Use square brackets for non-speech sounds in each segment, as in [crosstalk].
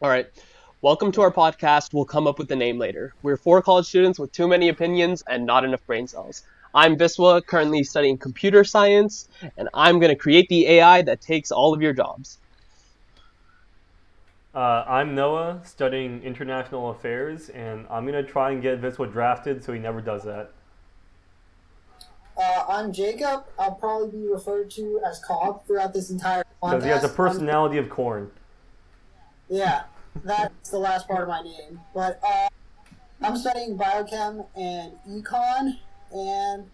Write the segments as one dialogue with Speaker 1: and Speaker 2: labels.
Speaker 1: All right. Welcome to our podcast. We'll come up with the name later. We're four college students with too many opinions and not enough brain cells. I'm Viswa, currently studying computer science, and I'm going to create the AI that takes all of your jobs.
Speaker 2: Uh, I'm Noah, studying international affairs, and I'm gonna try and get Viswa drafted so he never does that.
Speaker 3: Uh, I'm Jacob. I'll probably be referred to as Cobb throughout this entire podcast.
Speaker 2: Because he has a personality of corn.
Speaker 3: Yeah, that's the last part of my name. But uh, I'm studying biochem and econ, and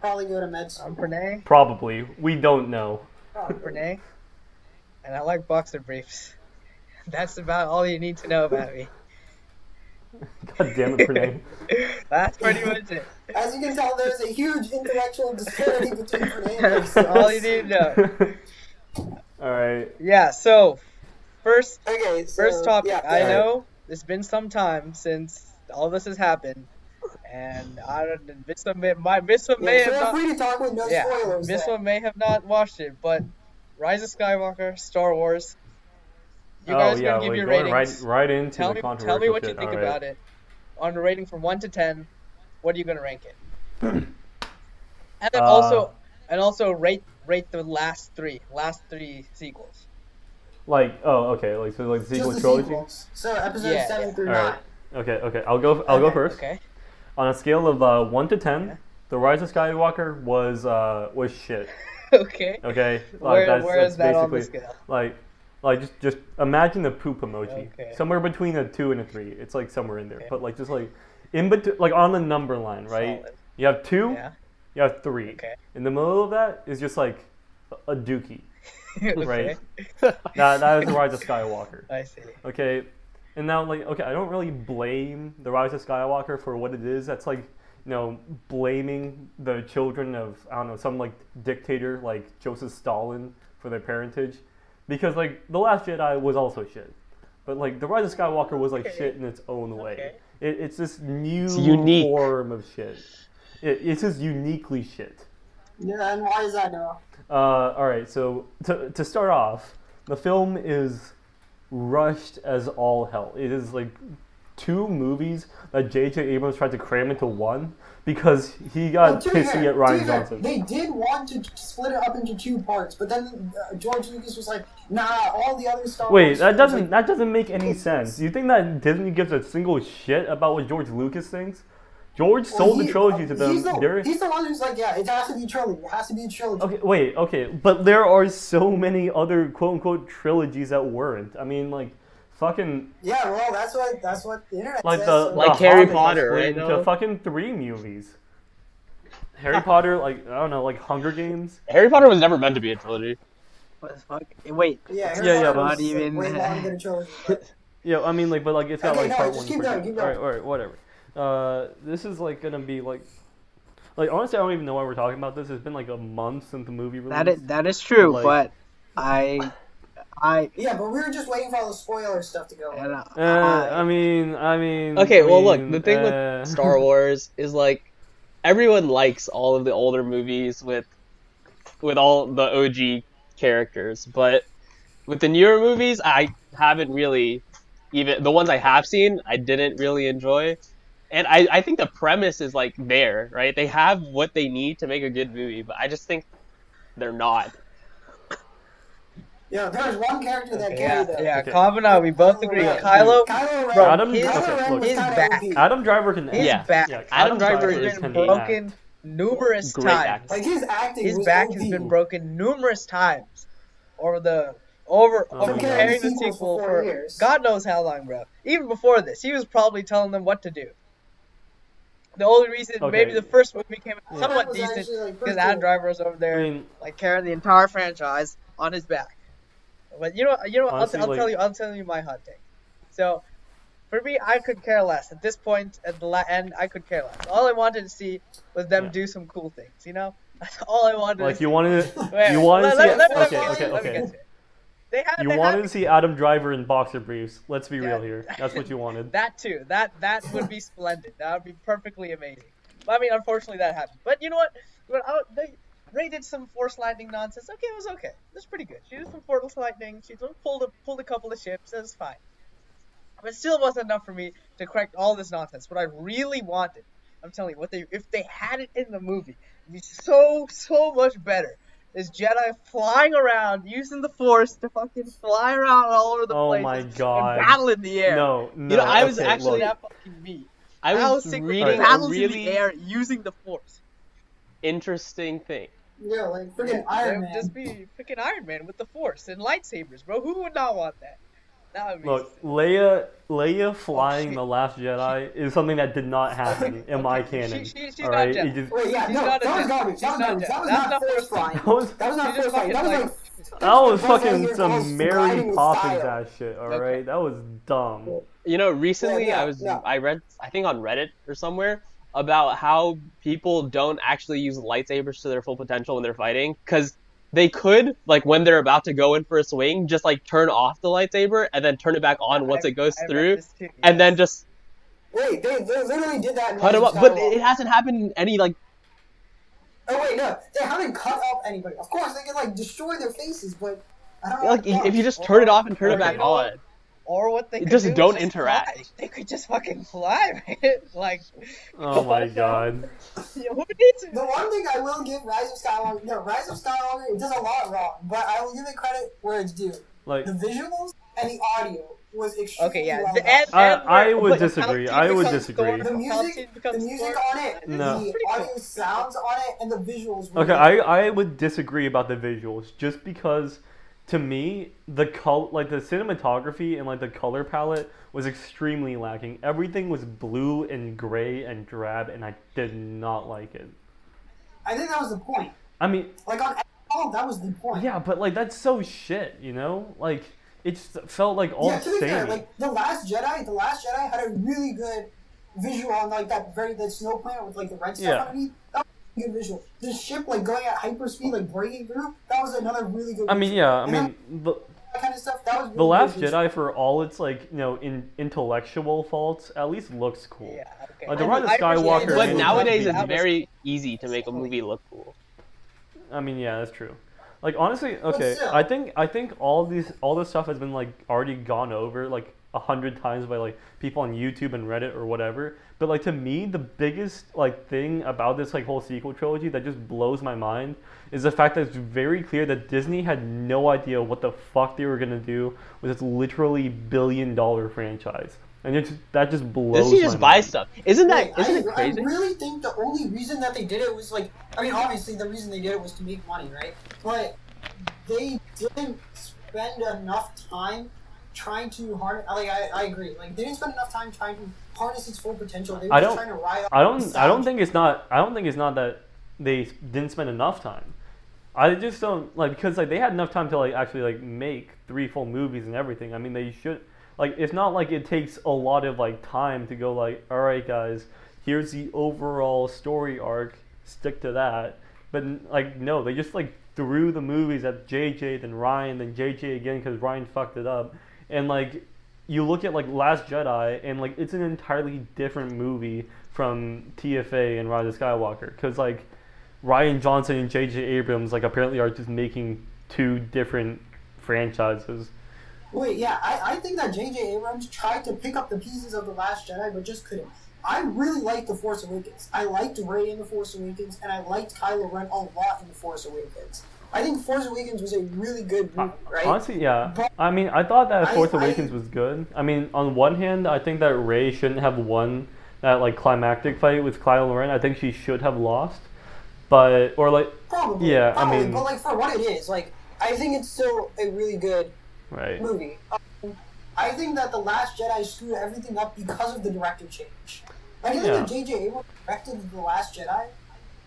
Speaker 3: probably go to med
Speaker 4: I'm
Speaker 3: school.
Speaker 4: Brene.
Speaker 2: Probably. We don't know. [laughs]
Speaker 4: I'm Brene. And I like boxer briefs. [laughs] That's about all you need to know about me. [laughs]
Speaker 2: God damn it, Renee.
Speaker 3: [laughs]
Speaker 4: That's pretty much it.
Speaker 3: As you can tell, there's a huge intellectual disparity
Speaker 4: [laughs]
Speaker 3: between our names.
Speaker 4: [laughs] That's all you need to know.
Speaker 2: [laughs] Alright.
Speaker 4: Yeah, so first
Speaker 3: Okay, so,
Speaker 4: first topic.
Speaker 3: yeah,
Speaker 4: I
Speaker 3: yeah.
Speaker 4: know it's been some time since all this has happened. And I don't this one may my this one
Speaker 3: Yeah,
Speaker 4: may have
Speaker 3: feel
Speaker 4: not
Speaker 3: free to talk with no
Speaker 4: yeah,
Speaker 3: spoilers.
Speaker 4: This
Speaker 3: then.
Speaker 4: one may have not watched it, but Rise of Skywalker, Star Wars. You
Speaker 2: oh
Speaker 4: guys
Speaker 2: yeah,
Speaker 4: gonna give
Speaker 2: we're
Speaker 4: your
Speaker 2: going
Speaker 4: ratings.
Speaker 2: right right into
Speaker 4: tell
Speaker 2: the
Speaker 4: me,
Speaker 2: controversy.
Speaker 4: tell me what you think about it. On a rating from one to ten, what are you gonna rank
Speaker 2: [clears throat]
Speaker 4: it? and then
Speaker 2: Uh,
Speaker 4: also, and also rate rate the last three, last three sequels.
Speaker 2: Like oh okay, like so like the sequel
Speaker 3: Just the
Speaker 2: trilogy?
Speaker 3: sequels. So episode
Speaker 4: Yeah,
Speaker 3: seven
Speaker 4: yeah.
Speaker 3: through
Speaker 2: Alright.
Speaker 3: nine.
Speaker 2: Okay, okay. I'll go I'll go
Speaker 4: Okay,
Speaker 2: first.
Speaker 4: Okay. [laughs]
Speaker 2: On a scale of uh, one to ten,
Speaker 4: Yeah.
Speaker 2: the Rise of Skywalker was uh was shit.
Speaker 4: Okay.
Speaker 2: Okay? Like
Speaker 4: Where- where is that on the scale?
Speaker 2: Like like just just imagine a poop emoji.
Speaker 4: Okay.
Speaker 2: Somewhere between a two and a three. It's like somewhere in there.
Speaker 4: Okay.
Speaker 2: But like just like in between like on the number line, right?
Speaker 4: Solid.
Speaker 2: You have two,
Speaker 4: Yeah.
Speaker 2: you have three.
Speaker 4: Okay.
Speaker 2: In the middle of that is just like a- a dookie.
Speaker 4: [laughs] okay.
Speaker 2: Right. That that is the Rise of Skywalker.
Speaker 4: I see.
Speaker 2: Okay. And now like okay, I don't really blame the Rise of Skywalker for what it is. That's like you know, blaming the children of I don't know, some like dictator like Joseph Stalin for their parentage. Because like the last Jedi was also shit. But like the Rise of Skywalker was like
Speaker 4: Okay.
Speaker 2: shit in its own way.
Speaker 4: Okay.
Speaker 2: It, it's this new
Speaker 1: unique.
Speaker 2: form of shit. It, it's just uniquely shit.
Speaker 3: Yeah, and why is that now?
Speaker 2: Uh, all right, so to, to start off, the film is rushed as all hell. It is like two movies that J.J. Abrams tried to cram into one because he got
Speaker 3: Well, to be
Speaker 2: pissy
Speaker 3: fair-
Speaker 2: at
Speaker 3: to
Speaker 2: Ryan
Speaker 3: be fair,
Speaker 2: Johnson.
Speaker 3: They did want to split it up into two parts, but then uh, George Lucas was like, "Nah, all the other Star
Speaker 2: Wait,
Speaker 3: Wars
Speaker 2: that
Speaker 3: films,
Speaker 2: doesn't
Speaker 3: like,
Speaker 2: that doesn't make any sense. You think that Disney gives a single shit about what George Lucas thinks? George
Speaker 3: well,
Speaker 2: sold
Speaker 3: he- uh,
Speaker 2: the trilogy to
Speaker 3: he's
Speaker 2: them.
Speaker 3: the-
Speaker 2: They're-
Speaker 3: He's the one who's like, "Yeah, it has to be a trilogy. It has to be a trilogy."
Speaker 2: Okay, wait, okay, but there are so many other quote unquote trilogies that weren't. I mean, like, fucking
Speaker 3: Yeah, well, that's what that's what the internet
Speaker 2: like
Speaker 3: says.
Speaker 2: the
Speaker 3: so-
Speaker 1: Like
Speaker 2: the
Speaker 1: Harry
Speaker 2: Hobbit was
Speaker 1: Potter,
Speaker 2: split
Speaker 1: right,
Speaker 2: Into
Speaker 1: Noah?
Speaker 2: fucking three
Speaker 1: [laughs]
Speaker 2: movies. Harry Potter, like I don't know, like Hunger Games.
Speaker 1: Harry Potter was never meant to be a trilogy.
Speaker 4: What the fuck? Eh, Wait.
Speaker 3: yeah, Harry
Speaker 2: yeah, yeah,
Speaker 3: Potter was
Speaker 4: not even-
Speaker 3: way longer than a trilogy.
Speaker 4: [laughs]
Speaker 3: but-
Speaker 2: Yeah, I mean, like, but like it's got
Speaker 3: Okay,
Speaker 2: like
Speaker 3: no,
Speaker 2: part
Speaker 3: just
Speaker 2: one.
Speaker 3: keep
Speaker 2: part
Speaker 3: going,
Speaker 2: two.
Speaker 3: keep
Speaker 2: All right,
Speaker 3: going.
Speaker 2: all right, whatever. Uh, this is like gonna be like, like honestly, I don't even know why we're talking about this. It's been like a month since the movie released.
Speaker 4: That is that is true,
Speaker 2: Like-
Speaker 4: but I, I,
Speaker 3: yeah, but we were just waiting for all the spoiler stuff to go.
Speaker 4: and
Speaker 3: on.
Speaker 4: I,
Speaker 2: [laughs] Uh, I mean, I mean.
Speaker 1: Okay,
Speaker 2: I
Speaker 1: well, look,
Speaker 2: mean,
Speaker 1: the thing
Speaker 2: uh,
Speaker 1: with
Speaker 2: [laughs]
Speaker 1: Star Wars is like everyone likes all of the older movies with with all the OG characters, but with the newer movies, I haven't really even the ones I have seen, I didn't really enjoy. And I, I think the premise is like there, right? They have what they need to make a good movie, but I just think they're not.
Speaker 3: Yeah, there was one character that
Speaker 4: yeah,
Speaker 3: carried it.
Speaker 4: yeah.
Speaker 2: Okay.
Speaker 4: Cob and I, we both agree.
Speaker 3: Ren.
Speaker 4: Kylo,
Speaker 3: Kylo Ren.
Speaker 4: Bro,
Speaker 2: Adam-
Speaker 3: Kylo
Speaker 2: okay,
Speaker 3: Ren was
Speaker 2: look.
Speaker 4: He's
Speaker 3: kinda
Speaker 4: back.
Speaker 3: OP.
Speaker 2: Adam Driver can.
Speaker 4: he's
Speaker 2: act.
Speaker 1: Yeah.
Speaker 4: back.
Speaker 2: Yeah,
Speaker 1: Adam Driver
Speaker 4: He's
Speaker 1: is
Speaker 4: been
Speaker 1: can
Speaker 4: broken numerous
Speaker 1: Great
Speaker 4: times.
Speaker 1: actor.
Speaker 3: Like his acting.
Speaker 4: His
Speaker 3: was
Speaker 4: back
Speaker 3: OP.
Speaker 4: has been broken numerous times over the over
Speaker 2: Oh my
Speaker 4: over preparing
Speaker 3: God.
Speaker 4: the
Speaker 3: Sequels
Speaker 4: sequel
Speaker 3: for
Speaker 4: for
Speaker 3: four years.
Speaker 4: God knows how long, bro. Even before this, he was probably telling them what to do. The only reason
Speaker 2: Okay.
Speaker 4: maybe the first movie came out
Speaker 2: Yeah.
Speaker 3: That
Speaker 4: somewhat
Speaker 3: was
Speaker 4: decent
Speaker 3: actually, like,
Speaker 4: because
Speaker 3: pretty
Speaker 4: Adam
Speaker 3: cool.
Speaker 4: Driver was over
Speaker 2: I
Speaker 4: there
Speaker 2: mean,
Speaker 4: like carrying the entire franchise on his back. But you know, you know, what,
Speaker 2: Honestly,
Speaker 4: I'll, I'll
Speaker 2: like-
Speaker 4: tell you, I'll tell you my hot take. So, for me, I could care less at this point. At the la- end, I could care less. All I wanted to see was them
Speaker 2: Yeah.
Speaker 4: do some cool things. You know, [laughs] that's all I wanted.
Speaker 2: like
Speaker 4: to
Speaker 2: you
Speaker 4: see.
Speaker 2: wanted.
Speaker 4: Wait,
Speaker 2: You
Speaker 4: wait,
Speaker 2: wanted
Speaker 4: let-
Speaker 2: to
Speaker 4: let-
Speaker 2: see.
Speaker 4: let me- let
Speaker 2: Okay,
Speaker 4: me-
Speaker 2: okay,
Speaker 4: let me
Speaker 2: okay.
Speaker 4: get to it. They had,
Speaker 2: You
Speaker 4: they
Speaker 2: wanted
Speaker 4: had
Speaker 2: to see Adam Driver in boxer briefs. Let's be
Speaker 4: Yeah.
Speaker 2: real here. That's what you
Speaker 4: [laughs]
Speaker 2: wanted.
Speaker 4: that too. That that would be splendid. That would be perfectly amazing. But, I mean, unfortunately, that happened. But you know what? You know what? I- they Ray did some force lightning nonsense. Okay, it was okay. It was pretty good. She did some force lightning. She pulled a, pulled a couple of ships. It was fine. But it still wasn't enough for me to correct all this nonsense. What I really wanted, I'm telling you, what they if they had it in the movie, it'd be so so much better. Is Jedi flying around using the Force to fucking fly around all over the
Speaker 2: Oh
Speaker 4: place?
Speaker 2: my
Speaker 4: and
Speaker 2: God.
Speaker 4: battle in the air.
Speaker 2: No, no.
Speaker 1: know, I was
Speaker 2: okay,
Speaker 1: actually-
Speaker 2: look.
Speaker 4: that fucking me.
Speaker 1: I was
Speaker 4: Battlestar
Speaker 1: reading a
Speaker 4: battles in the
Speaker 1: really
Speaker 4: air using the Force.
Speaker 1: interesting thing.
Speaker 3: Yeah, like freaking
Speaker 4: It
Speaker 3: Iron
Speaker 4: would
Speaker 3: Man.
Speaker 4: Just be freaking Iron Man with the Force and lightsabers, bro. Who would not want that? That would be
Speaker 2: Look, Leia,
Speaker 4: Oh,
Speaker 2: Leia flying
Speaker 4: shit.
Speaker 2: the Last Jedi is something that did not
Speaker 4: [laughs]
Speaker 2: happen in my
Speaker 4: Okay, she-
Speaker 2: canon.
Speaker 4: she- she's
Speaker 2: all
Speaker 4: not
Speaker 2: right,
Speaker 4: Jedi.
Speaker 2: It just-
Speaker 3: Wait, yeah,
Speaker 4: She's
Speaker 3: no,
Speaker 4: not
Speaker 3: that
Speaker 4: a
Speaker 3: was
Speaker 4: Jedi.
Speaker 3: garbage. That
Speaker 4: She's
Speaker 3: was
Speaker 4: not
Speaker 3: garbage.
Speaker 4: a
Speaker 3: That was
Speaker 4: Jedi.
Speaker 3: not
Speaker 4: That's not
Speaker 3: force flying.
Speaker 2: that was
Speaker 3: That was
Speaker 4: She
Speaker 3: not
Speaker 4: just
Speaker 3: force flying. That
Speaker 4: fucking,
Speaker 3: was
Speaker 4: like-
Speaker 3: like
Speaker 2: that was
Speaker 3: That's why
Speaker 2: fucking
Speaker 3: you're
Speaker 2: some
Speaker 3: called
Speaker 2: Mary
Speaker 3: sliding
Speaker 2: Poppins
Speaker 3: style.
Speaker 2: ass shit. All
Speaker 4: Okay.
Speaker 2: right, that was dumb.
Speaker 1: You know, recently
Speaker 3: Yeah, yeah,
Speaker 1: I was
Speaker 3: yeah.
Speaker 1: I read I think on Reddit or somewhere about how people don't actually use lightsabers to their full potential when they're fighting because they could like when they're about to go in for a swing just like turn off the lightsaber and then turn it back on once
Speaker 4: I-
Speaker 1: it goes
Speaker 4: I read
Speaker 1: through
Speaker 4: this too,
Speaker 1: and then
Speaker 4: yes.
Speaker 1: just
Speaker 3: Wait, they, they literally did that. in
Speaker 1: cut them
Speaker 3: Rise
Speaker 1: up
Speaker 3: of
Speaker 1: but
Speaker 3: Skywalker.
Speaker 1: it hasn't happened in any like
Speaker 3: Oh wait, no, they haven't cut up anybody. Of course, they can like destroy their faces, but I don't know.
Speaker 1: like
Speaker 3: what the
Speaker 1: if you
Speaker 3: fuck.
Speaker 1: just turn it off and turn
Speaker 4: Or
Speaker 1: it
Speaker 4: you
Speaker 1: back
Speaker 4: know
Speaker 1: on
Speaker 4: what? or what they could
Speaker 1: Just
Speaker 4: do is
Speaker 1: don't
Speaker 4: just
Speaker 1: interact.
Speaker 4: fly. They could just fucking fly, [laughs] man. like
Speaker 2: Oh my god.
Speaker 4: you know, who needs it?
Speaker 3: The one thing I will give Rise of Skywalker, no, Rise of Skywalker, it does a lot wrong, but I will give it credit where it's due.
Speaker 2: Like,
Speaker 3: The visuals and the audio was extremely
Speaker 4: Okay, yeah.
Speaker 3: well
Speaker 4: The,
Speaker 3: done.
Speaker 4: and,
Speaker 2: I-
Speaker 4: and
Speaker 2: I
Speaker 4: where-
Speaker 2: would
Speaker 4: like,
Speaker 2: disagree.
Speaker 4: Palpatine
Speaker 2: I would
Speaker 4: becomes
Speaker 2: disagree.
Speaker 4: Thor,
Speaker 3: the music,
Speaker 4: Palpatine
Speaker 3: the
Speaker 4: becomes
Speaker 3: music
Speaker 4: Thor.
Speaker 3: on it,
Speaker 2: No.
Speaker 3: the
Speaker 4: Pretty
Speaker 3: audio
Speaker 4: cool.
Speaker 3: sounds on it, and the visuals. Were
Speaker 2: okay, I, I would disagree about the visuals just because to me the col- like the cinematography and like the color palette was extremely lacking. Everything was blue and gray and drab and I did not like it.
Speaker 3: I think that was the point.
Speaker 2: I mean,
Speaker 3: Like on all, that was the point.
Speaker 2: yeah, but like that's so shit, you know? Like it just felt like all
Speaker 3: yeah, to be fair,
Speaker 2: samey.
Speaker 3: like the Last Jedi, the Last Jedi had a really good visual on like that very that snow planet with like the red stuff
Speaker 2: Yeah.
Speaker 3: underneath. That was a good visual. The ship like going at hyperspeed, like breaking through. That was another really good.
Speaker 2: I mean,
Speaker 3: visual.
Speaker 2: yeah, I
Speaker 3: And that-
Speaker 2: mean the
Speaker 3: that kind of stuff. That was really
Speaker 2: the
Speaker 3: good
Speaker 2: Last
Speaker 3: visual.
Speaker 2: Jedi, for all its like you know in, intellectual faults, at least looks cool.
Speaker 4: Yeah, okay.
Speaker 1: Uh,
Speaker 2: Like, The
Speaker 4: I-
Speaker 2: Rise of
Speaker 4: I
Speaker 2: Skywalker
Speaker 4: appreciate
Speaker 2: Sure,
Speaker 1: but
Speaker 2: it
Speaker 4: that.
Speaker 2: was
Speaker 1: nowadays
Speaker 2: something
Speaker 1: it's
Speaker 4: That was-
Speaker 1: very easy to make a movie look cool
Speaker 2: I mean, yeah, that's true. Like honestly, okay,
Speaker 3: still.
Speaker 2: I think I think all these all this stuff has been like already gone over like a hundred times by like people on YouTube and Reddit or whatever. But like to me, the biggest like thing about this like whole sequel trilogy that just blows my mind is the fact that it's very clear that Disney had no idea what the fuck they were gonna do with this literally billion dollar franchise, and it just, that just blows.
Speaker 1: does he just
Speaker 2: my
Speaker 1: buy
Speaker 2: mind.
Speaker 1: stuff isn't that
Speaker 3: Like,
Speaker 1: isn't
Speaker 3: I,
Speaker 1: it crazy
Speaker 3: I really think the only reason that they did it was like, I mean, obviously the reason they did it was to make money, right? But they didn't spend enough time trying to harness. Like, I, I agree. Like, they didn't spend enough time trying to harness its full potential. They were
Speaker 2: I
Speaker 3: just
Speaker 2: don't-
Speaker 3: trying to ride.
Speaker 2: I
Speaker 3: off
Speaker 2: don't.
Speaker 3: the
Speaker 2: I don't
Speaker 3: sound.
Speaker 2: think it's not. I don't think it's not that they s- didn't spend enough time. I just don't like because like they had enough time to like actually like make three full movies and everything. I mean, they should like it's not like it takes a lot of like time to go like all right guys, here's the overall story arc, stick to that. But like no, they just like threw the movies at JJ then Ryan then JJ again because Ryan fucked it up, and like you look at like Last Jedi and like it's an entirely different movie from TFA and Rise of Skywalker because like Ryan Johnson and J.J. Abrams like apparently are just making two different franchises.
Speaker 3: Wait, yeah, I, I think that J.J. Abrams tried to pick up the pieces of The Last Jedi, but just couldn't. I really liked The Force Awakens. I liked Rey in The Force Awakens, and I liked Kylo Ren a lot in The Force Awakens. I think Force Awakens was a really good movie, right?
Speaker 2: Honestly, yeah.
Speaker 3: But-
Speaker 2: I mean, I thought that
Speaker 3: I-
Speaker 2: Force
Speaker 3: I-
Speaker 2: Awakens was good. I mean, on one hand, I think that Rey shouldn't have won that like climactic fight with Kylo Ren. I think she should have lost, but or like
Speaker 3: Probably.
Speaker 2: Yeah, I
Speaker 3: probably,
Speaker 2: mean-
Speaker 3: but like for what it is, like I think it's still a really good
Speaker 2: right.
Speaker 3: movie. Um, I think that the Last Jedi screwed everything up because of the director change. Like, I think
Speaker 2: Yeah.
Speaker 3: that J.J. Abrams directed the Last Jedi.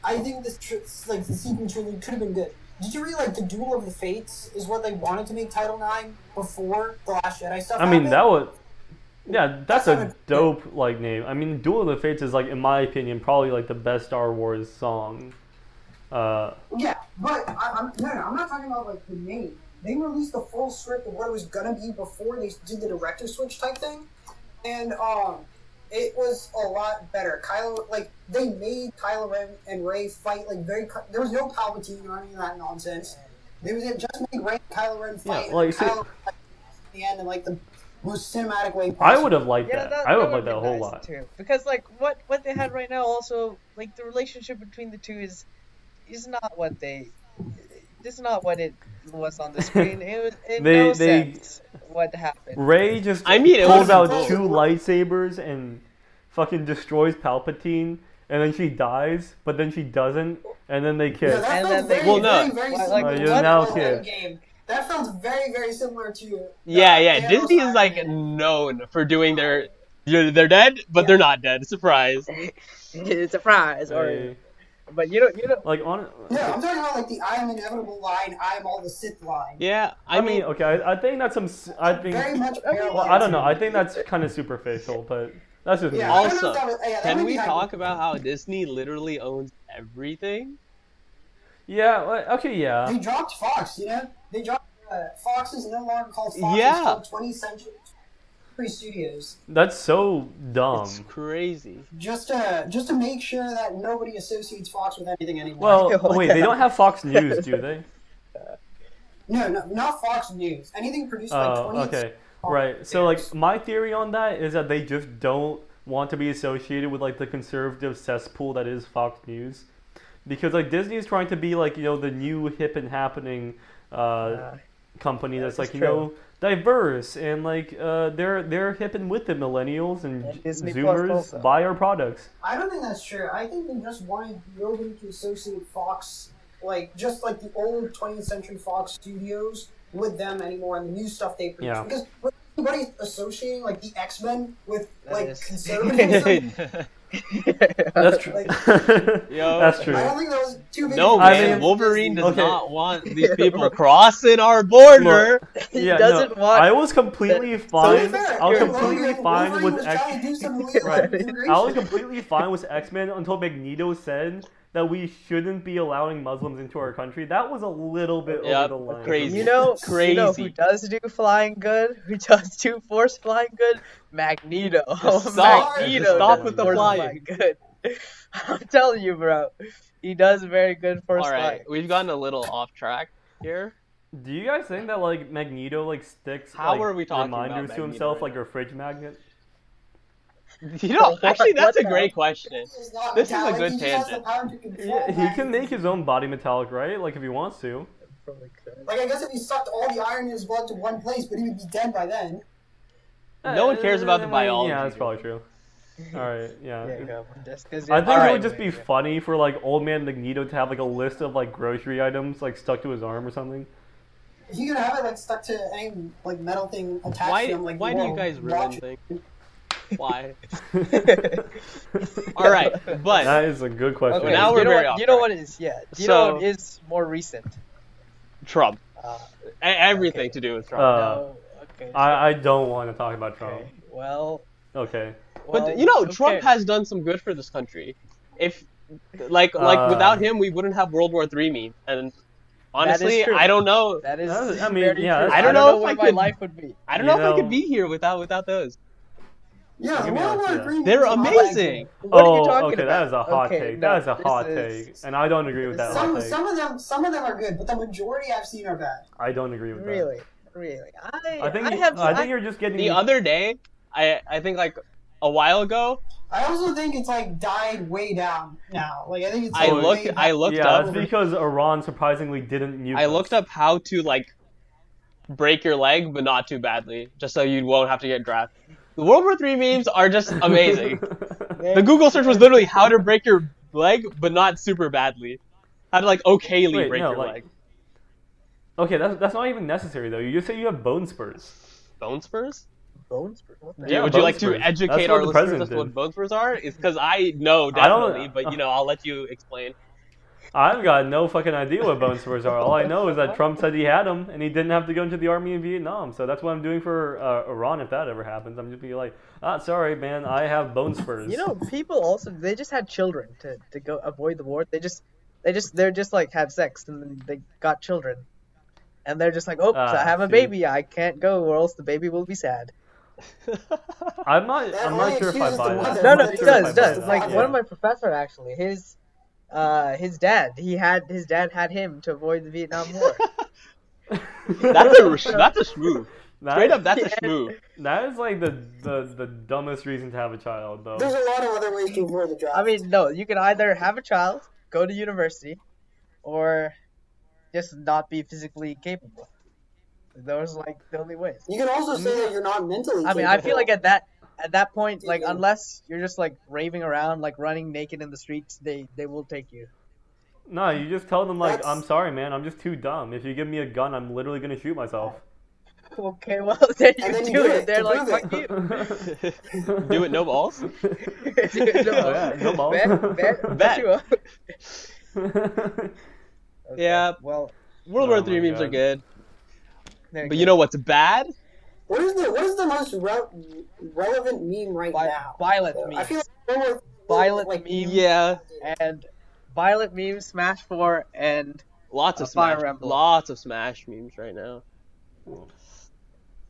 Speaker 3: I think this tr- like the sequel trilogy could have been good. Did you read like the Duel of the Fates is what they wanted to make Title Nine before the Last Jedi stuff?
Speaker 2: I mean,
Speaker 3: happened?
Speaker 2: that was yeah, that's
Speaker 3: That's not
Speaker 2: a
Speaker 3: a-
Speaker 2: dope like name. I mean, Duel of the Fates is like, in my opinion, probably like the best Star Wars song. Uh,
Speaker 3: Yeah, but I, I'm no, no, I'm not talking about like the name. They released the full script of what it was gonna be before they did the director switch type thing, and um, it was a lot better. Kylo, like they made Kylo Ren and Ray fight like very. cu- There was no Palpatine or any of that nonsense. They was just make Ray and Kylo Ren fight.
Speaker 2: Yeah, like,
Speaker 3: and
Speaker 2: see-
Speaker 3: Kylo Ren, like, at the end and like the most cinematic way possible.
Speaker 2: I would have liked
Speaker 4: Yeah,
Speaker 2: that.
Speaker 4: that,
Speaker 2: I would
Speaker 4: that
Speaker 2: have liked that a
Speaker 4: been
Speaker 2: whole
Speaker 4: nice,
Speaker 2: lot.
Speaker 4: too. Because like what what they had right now, also like the relationship between the two is is not what they. This is not what it
Speaker 2: [laughs]
Speaker 4: was on the screen. It was in
Speaker 2: They-
Speaker 4: no
Speaker 2: they-
Speaker 4: sense what [laughs] happened.
Speaker 2: Ray just
Speaker 1: I mean, it
Speaker 2: pulls
Speaker 1: was
Speaker 2: out
Speaker 1: cool.
Speaker 2: two lightsabers and fucking destroys Palpatine, and then she dies, but then she doesn't, and then they
Speaker 3: Yeah,
Speaker 2: kiss.
Speaker 3: that
Speaker 4: And
Speaker 3: felt
Speaker 4: then they-
Speaker 3: very,
Speaker 1: Well, no.
Speaker 3: very, very
Speaker 4: Like-
Speaker 3: similar
Speaker 4: like,
Speaker 3: to
Speaker 4: No,
Speaker 2: you're now
Speaker 3: the
Speaker 2: clear.
Speaker 3: game. That felt very, very similar to.
Speaker 1: Yeah,
Speaker 3: uh,
Speaker 1: yeah.
Speaker 3: Thanos
Speaker 1: Disney is
Speaker 3: Iron
Speaker 1: like
Speaker 3: Man.
Speaker 1: known for doing their they're, they're dead, but they're not dead. Surprise.
Speaker 4: Surprise!
Speaker 2: Hey.
Speaker 4: but you don't you don't
Speaker 2: Like on.
Speaker 3: No, I'm talking about like the "I am inevitable" line. "I am all the Sith" line.
Speaker 1: Yeah, I,
Speaker 2: I
Speaker 1: mean,
Speaker 2: mean, okay, I, I think that's some. s- I think.
Speaker 3: Very much.
Speaker 4: I mean,
Speaker 3: parallel
Speaker 2: Well, I don't
Speaker 3: to-
Speaker 2: know. I think that's kind of superficial, but that's just
Speaker 3: Yeah,
Speaker 2: me.
Speaker 3: I don't know
Speaker 1: Also,
Speaker 3: if that was- yeah, that
Speaker 1: can
Speaker 3: might
Speaker 1: we
Speaker 3: be how-
Speaker 1: talk about how Disney literally owns everything?
Speaker 2: Yeah. like, Okay. Yeah.
Speaker 3: They dropped Fox, you know? They dropped uh, Fox is no longer called Fox.
Speaker 1: Yeah.
Speaker 3: It's called 20th Century Free Studios.
Speaker 2: That's so dumb.
Speaker 1: It's crazy.
Speaker 3: Just to, just to make sure that nobody associates Fox with anything anymore.
Speaker 4: [laughs]
Speaker 2: Well,
Speaker 4: Ew,
Speaker 2: wait. They
Speaker 4: yeah.
Speaker 2: don't have Fox News, do
Speaker 1: [laughs]
Speaker 2: they?
Speaker 3: no, no, not Fox News. Anything produced
Speaker 2: Oh,
Speaker 3: by 20th
Speaker 2: okay. Right. So, like, my theory on that is that they just don't want to be associated with like the conservative cesspool that is Fox News, because like Disney is trying to be like you know the new hip and happening uh,
Speaker 4: [laughs] Uh,
Speaker 2: company that's
Speaker 4: that's
Speaker 2: like you
Speaker 4: true.
Speaker 2: know diverse and like uh, they're they're hip and with the millennials and,
Speaker 4: And
Speaker 2: j-
Speaker 4: Disney Plus also.
Speaker 2: Zoomers buy our
Speaker 4: [laughs]
Speaker 2: products.
Speaker 3: I don't think that's true. I think they just wanted nobody to associate Fox, like just like the old 20th Century Fox studios, with them anymore and the new stuff they produce.
Speaker 2: Yeah.
Speaker 3: Because with anybody associating like the X Men with
Speaker 4: That
Speaker 3: like
Speaker 4: is-
Speaker 3: conservatism,
Speaker 2: That's true.
Speaker 3: Like-
Speaker 1: Yo.
Speaker 2: [laughs] That's true.
Speaker 3: [laughs] I don't think that was too
Speaker 1: [laughs]
Speaker 3: big.
Speaker 1: No
Speaker 3: of a
Speaker 2: I
Speaker 1: man,
Speaker 2: mean-
Speaker 1: Wolverine does
Speaker 2: Okay.
Speaker 1: not want [laughs] these people crossing our border.
Speaker 4: he
Speaker 2: yeah,
Speaker 4: doesn't
Speaker 2: no,
Speaker 4: want.
Speaker 2: I was completely
Speaker 3: To be
Speaker 2: fine.
Speaker 3: fair,
Speaker 2: I was
Speaker 4: you're-
Speaker 2: completely
Speaker 3: Wolverine-
Speaker 2: fine
Speaker 3: Wolverine
Speaker 2: with
Speaker 3: was
Speaker 2: X.
Speaker 3: trying to do some illegal
Speaker 2: Right.
Speaker 3: immigration.
Speaker 2: I was completely fine with X Men until Magneto said that we shouldn't be allowing Muslims into our country. That was a little bit
Speaker 1: Yep,
Speaker 2: over the line.
Speaker 1: crazy.
Speaker 4: You know, you know who
Speaker 1: Crazy.
Speaker 4: does do flying good? [laughs] Who does do force flying good? Magneto. [laughs] Oh,
Speaker 1: stop-
Speaker 4: Magneto.
Speaker 2: stop
Speaker 4: does
Speaker 2: with the
Speaker 4: force
Speaker 1: flying.
Speaker 4: good. [laughs] I'm telling you, bro. He does very good force
Speaker 1: All right,
Speaker 4: flying.
Speaker 1: we've gotten a little off track here.
Speaker 2: Do you guys think that like Magneto like sticks
Speaker 1: How
Speaker 2: like,
Speaker 1: are we talking about
Speaker 2: reminders to
Speaker 1: Magneto
Speaker 2: himself
Speaker 1: right
Speaker 2: like
Speaker 1: now?
Speaker 2: a fridge magnet?
Speaker 1: You know, actually, that's
Speaker 4: What
Speaker 1: a
Speaker 4: the-
Speaker 1: great question.
Speaker 3: He's not
Speaker 1: This is a
Speaker 3: metallic,
Speaker 1: good
Speaker 3: he just has
Speaker 1: tangent.
Speaker 3: the power to control
Speaker 2: Yeah, he
Speaker 3: that.
Speaker 2: can make his own body metallic, right? Like if he wants to.
Speaker 4: Probably could.
Speaker 3: Like I guess if he sucked all the iron in his blood to one place, but he would be dead by then.
Speaker 1: No one cares about the
Speaker 2: Uh,
Speaker 1: biology,
Speaker 2: Yeah, that's
Speaker 1: dude.
Speaker 2: probably true. All right, yeah.
Speaker 4: Yeah, yeah, but just 'cause
Speaker 2: Uh, I
Speaker 4: you're-
Speaker 2: think it
Speaker 1: Alright.
Speaker 2: would just be funny for like old man Magneto to have like a list of like grocery items like stuck to his arm or
Speaker 4: [laughs]
Speaker 2: something.
Speaker 3: He could have it like stuck to any like metal thing attached
Speaker 1: Why?
Speaker 3: to him. Like
Speaker 1: why do you
Speaker 3: whoa,
Speaker 1: guys ruin
Speaker 3: watch it.
Speaker 1: things? Why?
Speaker 2: that
Speaker 4: [laughs]
Speaker 1: All right, but
Speaker 2: is a good question.
Speaker 4: Okay,
Speaker 1: now
Speaker 4: you
Speaker 1: we're
Speaker 4: know
Speaker 1: very
Speaker 4: what,
Speaker 1: off
Speaker 4: You know
Speaker 1: track.
Speaker 4: what is? Yeah. You know what
Speaker 1: So-
Speaker 4: is more recent?
Speaker 1: Trump.
Speaker 4: Uh,
Speaker 1: E- Everything
Speaker 4: Okay.
Speaker 1: to do with Trump.
Speaker 2: Uh,
Speaker 4: no. Okay.
Speaker 2: I, I don't want to talk about Trump.
Speaker 4: okay. Well,
Speaker 2: Okay.
Speaker 1: but
Speaker 4: well,
Speaker 1: you know,
Speaker 4: who
Speaker 1: Trump
Speaker 4: cares?
Speaker 1: has done some good for this country. If like like
Speaker 2: Uh,
Speaker 1: without him, we wouldn't have World War Three meme. And honestly,
Speaker 4: true.
Speaker 1: I don't know.
Speaker 4: That is.
Speaker 2: That is- I mean,
Speaker 4: very
Speaker 2: yeah,
Speaker 4: true.
Speaker 2: that's-
Speaker 4: I don't know, what
Speaker 1: if I
Speaker 4: my
Speaker 1: could-
Speaker 4: life would be.
Speaker 1: I don't
Speaker 2: You
Speaker 1: know, if I
Speaker 2: know-
Speaker 1: could be here without without those.
Speaker 3: Yeah, the
Speaker 2: Give me
Speaker 3: World
Speaker 2: that,
Speaker 3: War
Speaker 2: yeah.
Speaker 3: Three
Speaker 1: They're
Speaker 3: was not
Speaker 1: amazing.
Speaker 4: What
Speaker 2: oh,
Speaker 4: are you talking
Speaker 2: okay. That
Speaker 4: about?
Speaker 2: is a hot
Speaker 4: Okay,
Speaker 2: take.
Speaker 4: no,
Speaker 2: that is a
Speaker 4: this
Speaker 2: hot
Speaker 4: is-
Speaker 2: take, and I don't agree with
Speaker 4: this
Speaker 2: that hot
Speaker 3: Like, some
Speaker 4: is-
Speaker 2: take.
Speaker 3: some of them some of them are good, but the majority I've seen are bad.
Speaker 2: I don't agree with
Speaker 4: Really, really. I,
Speaker 2: that. I think
Speaker 4: I
Speaker 2: you-
Speaker 4: have.
Speaker 2: I think you're just getting
Speaker 1: The other day, I I think like a while ago,
Speaker 3: I also think it's like died way down now. Like I think it's
Speaker 1: I
Speaker 3: like,
Speaker 1: looked
Speaker 3: way down.
Speaker 1: I looked
Speaker 2: Oh, Yeah,
Speaker 1: up
Speaker 2: that's because Iran surprisingly didn't nuke.
Speaker 1: I looked up how to like break your leg, but not too badly, just so you won't have to get drafted. The World War Three memes are just amazing. the Google search was literally how to break your leg, but not super badly. How to like okayly
Speaker 2: Wait,
Speaker 1: break
Speaker 2: no,
Speaker 1: your
Speaker 2: like-
Speaker 1: leg.
Speaker 2: [laughs] okay, that's that's not even necessary though. You just say you have bone spurs.
Speaker 1: Bone spurs?
Speaker 4: [laughs] bones. What the
Speaker 1: Yeah,
Speaker 2: Yeah,
Speaker 1: would you
Speaker 2: bone
Speaker 1: like
Speaker 2: spurs.
Speaker 1: to educate
Speaker 2: That's what
Speaker 1: our
Speaker 2: the
Speaker 1: listeners
Speaker 2: president
Speaker 1: as to what
Speaker 2: did.
Speaker 1: bone spurs are? It's because I know
Speaker 2: I don't-
Speaker 1: definitely, but you know, I'll let you explain.
Speaker 2: [laughs] I've got no fucking idea what bone spurs are. All I know is
Speaker 1: [laughs]
Speaker 2: that Trump said he had them, and he didn't have to go into the army in Vietnam. So that's what I'm doing for uh, Iran if that ever happens. I'm just be like, ah, sorry, man, I have bone spurs.
Speaker 4: You know, people also they just had children to, to go avoid the war. They just they just they're just like had sex and then they got children, and they're just like, oh,
Speaker 2: Ah,
Speaker 4: I have a
Speaker 2: see.
Speaker 4: baby. I can't go, or else the baby will be sad.
Speaker 2: I'm not.
Speaker 3: That
Speaker 2: I'm
Speaker 3: only
Speaker 2: not sure if I
Speaker 3: excuses the
Speaker 2: buy that.
Speaker 3: weather.
Speaker 4: No,
Speaker 2: I'm
Speaker 4: no,
Speaker 2: not
Speaker 4: it
Speaker 2: sure if I
Speaker 4: does,
Speaker 2: buy
Speaker 4: does.
Speaker 2: that.
Speaker 4: Like
Speaker 2: Yeah.
Speaker 1: [laughs]
Speaker 4: one of my professor actually, his uh his dad, he had his dad had him to avoid the Vietnam War.
Speaker 1: That's a that's a smooth.
Speaker 2: [laughs] That-
Speaker 1: Straight up, that's a schmoo.
Speaker 2: That is like the, the the dumbest reason to have a child, though.
Speaker 3: There's a lot of other ways to avoid the draft.
Speaker 4: I mean, no, you can either have a child, go to university, or just not be physically capable. Those are like the only ways.
Speaker 3: you can also say that you're not mentally.
Speaker 4: I mean, I
Speaker 3: capable.
Speaker 4: feel like at that at that point, like
Speaker 3: Mhm.
Speaker 4: unless you're just like raving around, like running naked in the streets, they they will take you.
Speaker 2: No, you just tell them like,
Speaker 3: That's-
Speaker 2: "I'm sorry, man. I'm just too dumb. If you give me a gun, I'm literally gonna shoot
Speaker 1: [laughs]
Speaker 2: myself."
Speaker 4: Okay, well [laughs] then you,
Speaker 3: And then
Speaker 4: do,
Speaker 3: you do
Speaker 4: it.
Speaker 3: it.
Speaker 4: They're
Speaker 3: You
Speaker 4: like,
Speaker 3: do [laughs]
Speaker 4: fuck
Speaker 3: it.
Speaker 4: you. [laughs]
Speaker 1: Do it, no [laughs] balls.
Speaker 3: [laughs]
Speaker 4: Dude,
Speaker 1: Oh,
Speaker 2: yeah, no balls.
Speaker 4: Bet, bet, bet you up. Okay,
Speaker 1: Yeah.
Speaker 4: Well,
Speaker 1: World
Speaker 2: Oh
Speaker 1: War Three
Speaker 2: my
Speaker 1: memes
Speaker 2: God.
Speaker 1: are good,
Speaker 4: there
Speaker 1: but you know what's bad?
Speaker 3: what is the what is the most re- relevant meme right
Speaker 4: Vi-
Speaker 3: now?
Speaker 4: violent
Speaker 3: though?
Speaker 4: memes.
Speaker 3: I feel like no more
Speaker 4: Violent
Speaker 3: like
Speaker 4: meme.
Speaker 1: Yeah,
Speaker 4: and violent memes, Smash Four, and
Speaker 1: lots of
Speaker 4: Uh, Fire
Speaker 1: smash,
Speaker 4: Emblem.
Speaker 1: lots of smash memes right now.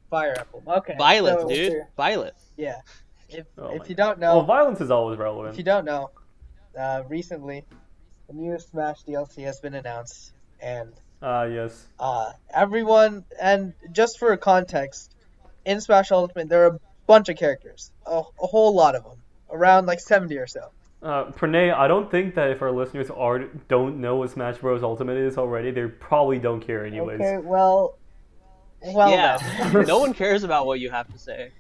Speaker 4: Fire Emblem. Okay.
Speaker 1: Violet,
Speaker 4: so,
Speaker 1: dude,
Speaker 3: Sure.
Speaker 1: Violet.
Speaker 4: Yeah. If
Speaker 2: Oh my
Speaker 4: if you don't
Speaker 2: [laughs]
Speaker 4: know,
Speaker 2: well, violence is always
Speaker 4: If
Speaker 2: relevant.
Speaker 4: you don't know, uh, recently the new Smash DLC has been announced, and
Speaker 2: Ah, yes.
Speaker 4: uh, everyone, and just for context, in Smash Ultimate there are a bunch of characters, a, a whole lot of them, around like 70 or so.
Speaker 2: Uh, Pranay, I don't think that if our listeners are don't know what Smash Bros. Ultimate is already, they probably don't care anyways.
Speaker 4: Okay, well, well,
Speaker 1: yeah,
Speaker 4: then.
Speaker 1: no one cares about what you have to say.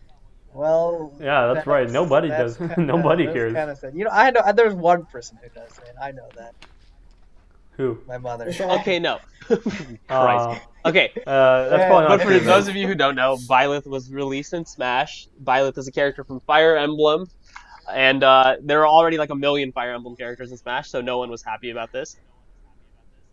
Speaker 4: well.
Speaker 2: Yeah, that's right. Nobody does. [laughs] Nobody cares.
Speaker 4: Kind of you know, I know there's one person who does it. I know that.
Speaker 2: Who?
Speaker 4: My mother.
Speaker 1: Okay, no.
Speaker 2: Uh,
Speaker 1: Christ. Okay,
Speaker 2: uh, that's
Speaker 4: Yeah,
Speaker 2: probably not
Speaker 1: but for
Speaker 2: true, though.
Speaker 1: those of you who don't know, Byleth was released in Smash. Byleth is a character from Fire Emblem, and uh, there are already like a million Fire Emblem characters in Smash, so no one was happy about this.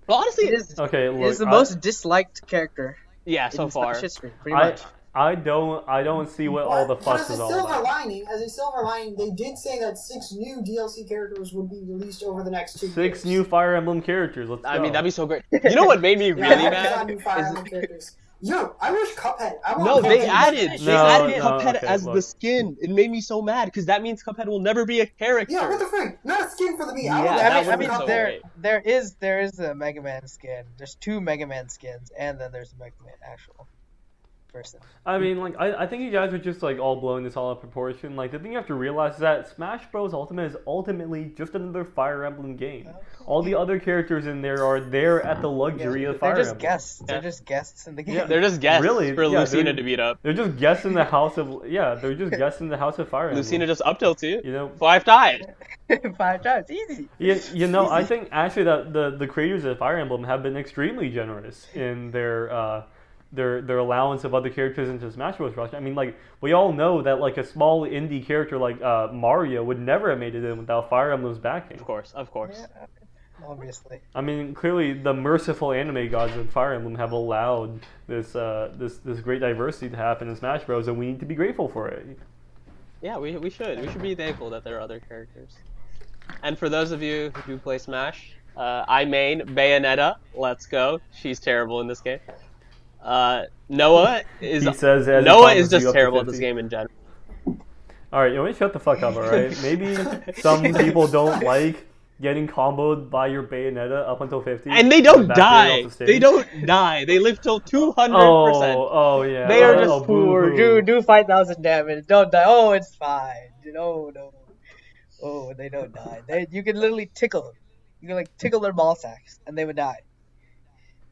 Speaker 1: But honestly,
Speaker 4: It is,
Speaker 2: okay,
Speaker 4: it
Speaker 2: look,
Speaker 4: is the
Speaker 2: I-
Speaker 4: most disliked character
Speaker 1: yeah, uh, so
Speaker 4: in
Speaker 1: far.
Speaker 4: Smash history, pretty
Speaker 2: I,
Speaker 4: much.
Speaker 2: I don't I don't see what all the fuss
Speaker 3: as
Speaker 2: is
Speaker 3: a
Speaker 2: all
Speaker 3: silver
Speaker 2: about.
Speaker 3: lining, as a silver lining, they did say that six new DLC characters would be released over the next two.
Speaker 2: Six
Speaker 3: years.
Speaker 2: new Fire Emblem characters. Let's
Speaker 1: I
Speaker 2: go.
Speaker 1: mean, that'd be so great. You know what made me
Speaker 3: [laughs] Yeah,
Speaker 1: really
Speaker 3: I
Speaker 1: mad?
Speaker 3: got new Fire
Speaker 1: Is-
Speaker 3: Emblem characters. Yo, I wish Cuphead. I
Speaker 1: No,
Speaker 3: want
Speaker 1: they
Speaker 3: Cuphead.
Speaker 1: added they
Speaker 2: No,
Speaker 1: added
Speaker 2: no,
Speaker 1: Cuphead
Speaker 2: okay,
Speaker 1: as the
Speaker 2: look.
Speaker 1: skin. It made me so mad because that means Cuphead will never be a character.
Speaker 3: Yeah, what the frick? Not a skin for the me. I
Speaker 1: Yeah,
Speaker 3: want
Speaker 1: that
Speaker 4: I mean, I
Speaker 1: would've
Speaker 4: mean
Speaker 1: been so
Speaker 4: there
Speaker 1: great.
Speaker 4: there is there is a Mega Man skin. There's two Mega Man skins, and then there's a Mega Man actual person.
Speaker 2: I mean, like, I, I think you guys are just like all blowing this all out of proportion. Like, the thing you have to realize is that Smash Bros. Ultimate is ultimately just another Fire Emblem game. All the other characters in there are there at the luxury
Speaker 4: They're
Speaker 2: of Fire
Speaker 4: just
Speaker 2: Emblem.
Speaker 4: guests. They're
Speaker 1: Yeah.
Speaker 4: just guests in the game.
Speaker 2: Yeah,
Speaker 1: They're just guests
Speaker 2: Really?
Speaker 1: for
Speaker 2: Yeah,
Speaker 1: Lucina
Speaker 2: they're-
Speaker 1: to beat up.
Speaker 2: They're just guests in the house of yeah. They're just guests in the house of Fire Emblem.
Speaker 1: Lucina just up till two.
Speaker 2: you know,
Speaker 1: Five times.
Speaker 4: [laughs] Five times, easy.
Speaker 2: you, you know, I think actually that the, the creators of Fire Emblem have been extremely generous in their uh, their their allowance of other characters into Smash Bros. roster. I mean, like we all know that like a small indie character like uh, Mario would never have made it in without Fire Emblem's backing.
Speaker 1: Of course, of course.
Speaker 4: Yeah, obviously.
Speaker 2: I mean, clearly the merciful anime gods of Fire Emblem have allowed this uh, this this great diversity to happen in Smash Bros. And we need to be grateful for it.
Speaker 1: Yeah, we, we should. We should be thankful that there are other characters. And for those of you who do play Smash, uh, I main Bayonetta. Let's go. She's terrible in this game. Uh, Noah is
Speaker 2: he says as he
Speaker 1: Noah is
Speaker 2: powers you up
Speaker 1: just
Speaker 2: to
Speaker 1: terrible at this
Speaker 2: 50.
Speaker 1: game in general.
Speaker 2: All right, you want me to shut the fuck up, all right? Maybe some people don't like getting comboed by your bayonetta up until 50.
Speaker 1: And they don't
Speaker 2: back
Speaker 1: die.
Speaker 2: off the stage.
Speaker 1: they don't die. They live till two hundred percent.
Speaker 2: Oh, oh yeah.
Speaker 1: They are
Speaker 2: Oh,
Speaker 1: just
Speaker 2: boo-hoo.
Speaker 4: Ooh, do do five thousand damage. Don't die. Oh, it's fine. No, no. Oh, they don't die. They you can literally tickle them. You can like tickle their ball sacks, and they would die.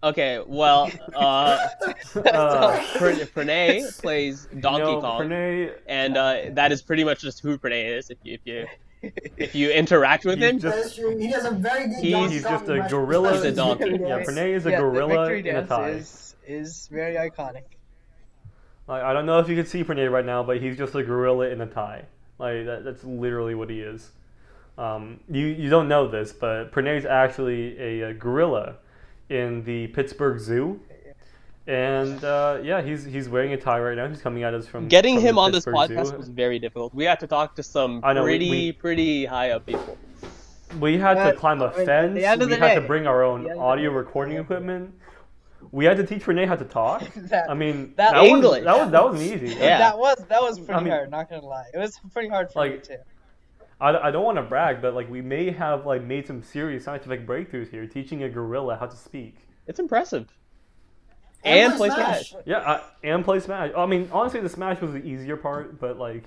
Speaker 1: Okay, well,
Speaker 2: [laughs]
Speaker 1: uh,
Speaker 2: Uh,
Speaker 1: Pre- Prenay plays Donkey
Speaker 2: no,
Speaker 1: Kong,
Speaker 2: Pranay,
Speaker 1: and uh, that is pretty much just who Prenay is. If you if you if you interact with
Speaker 2: He's
Speaker 1: him,
Speaker 2: just-
Speaker 3: That's true. He does a very good
Speaker 1: He's-
Speaker 3: job
Speaker 2: he's
Speaker 3: stopping
Speaker 2: just a
Speaker 3: Russian
Speaker 2: gorilla.
Speaker 1: He's a donkey.
Speaker 3: Russian
Speaker 2: Yeah,
Speaker 3: guys.
Speaker 2: Pranay is a
Speaker 4: Yeah, the
Speaker 2: gorilla
Speaker 4: victory
Speaker 2: in a
Speaker 4: dance
Speaker 2: tie.
Speaker 4: Is, is very iconic.
Speaker 2: Like, I don't know if you can see Pranay right now, but he's just a gorilla in a tie. Like that, that's literally what he is. Um, you you don't know this, but Pranay's actually a, uh gorilla in the Pittsburgh Zoo. And uh, yeah, he's he's wearing a tie right now. He's coming at us from
Speaker 1: getting
Speaker 2: from
Speaker 1: him
Speaker 2: the
Speaker 1: on this
Speaker 2: Pittsburgh
Speaker 1: podcast
Speaker 2: Zoo.
Speaker 1: was very difficult. We had to talk to some
Speaker 2: I know, we-
Speaker 1: pretty
Speaker 2: we-
Speaker 1: pretty high up people.
Speaker 2: We had
Speaker 4: But,
Speaker 2: to climb a
Speaker 4: I mean, at
Speaker 2: fence.
Speaker 4: Oh, the end of
Speaker 2: We
Speaker 4: the
Speaker 2: had to
Speaker 4: day-
Speaker 2: bring our own
Speaker 4: the end of the
Speaker 2: audio
Speaker 4: day-
Speaker 2: recording equipment. We had to teach Renee how to talk.
Speaker 4: [laughs] That-
Speaker 2: I mean,
Speaker 4: that-
Speaker 2: that, wasn't-
Speaker 1: English.
Speaker 2: that was that wasn't easy.
Speaker 1: Yeah.
Speaker 4: That was that was pretty
Speaker 2: I mean-
Speaker 4: hard. Not gonna lie, it was pretty hard for
Speaker 2: Like-
Speaker 4: me too.
Speaker 2: I, I don't want to brag, but like we may have like made some serious scientific breakthroughs here, teaching a gorilla how to speak.
Speaker 1: It's impressive. and play Smash.
Speaker 2: Yeah, I, and play Smash. I mean, honestly, the Smash was the easier part, but like,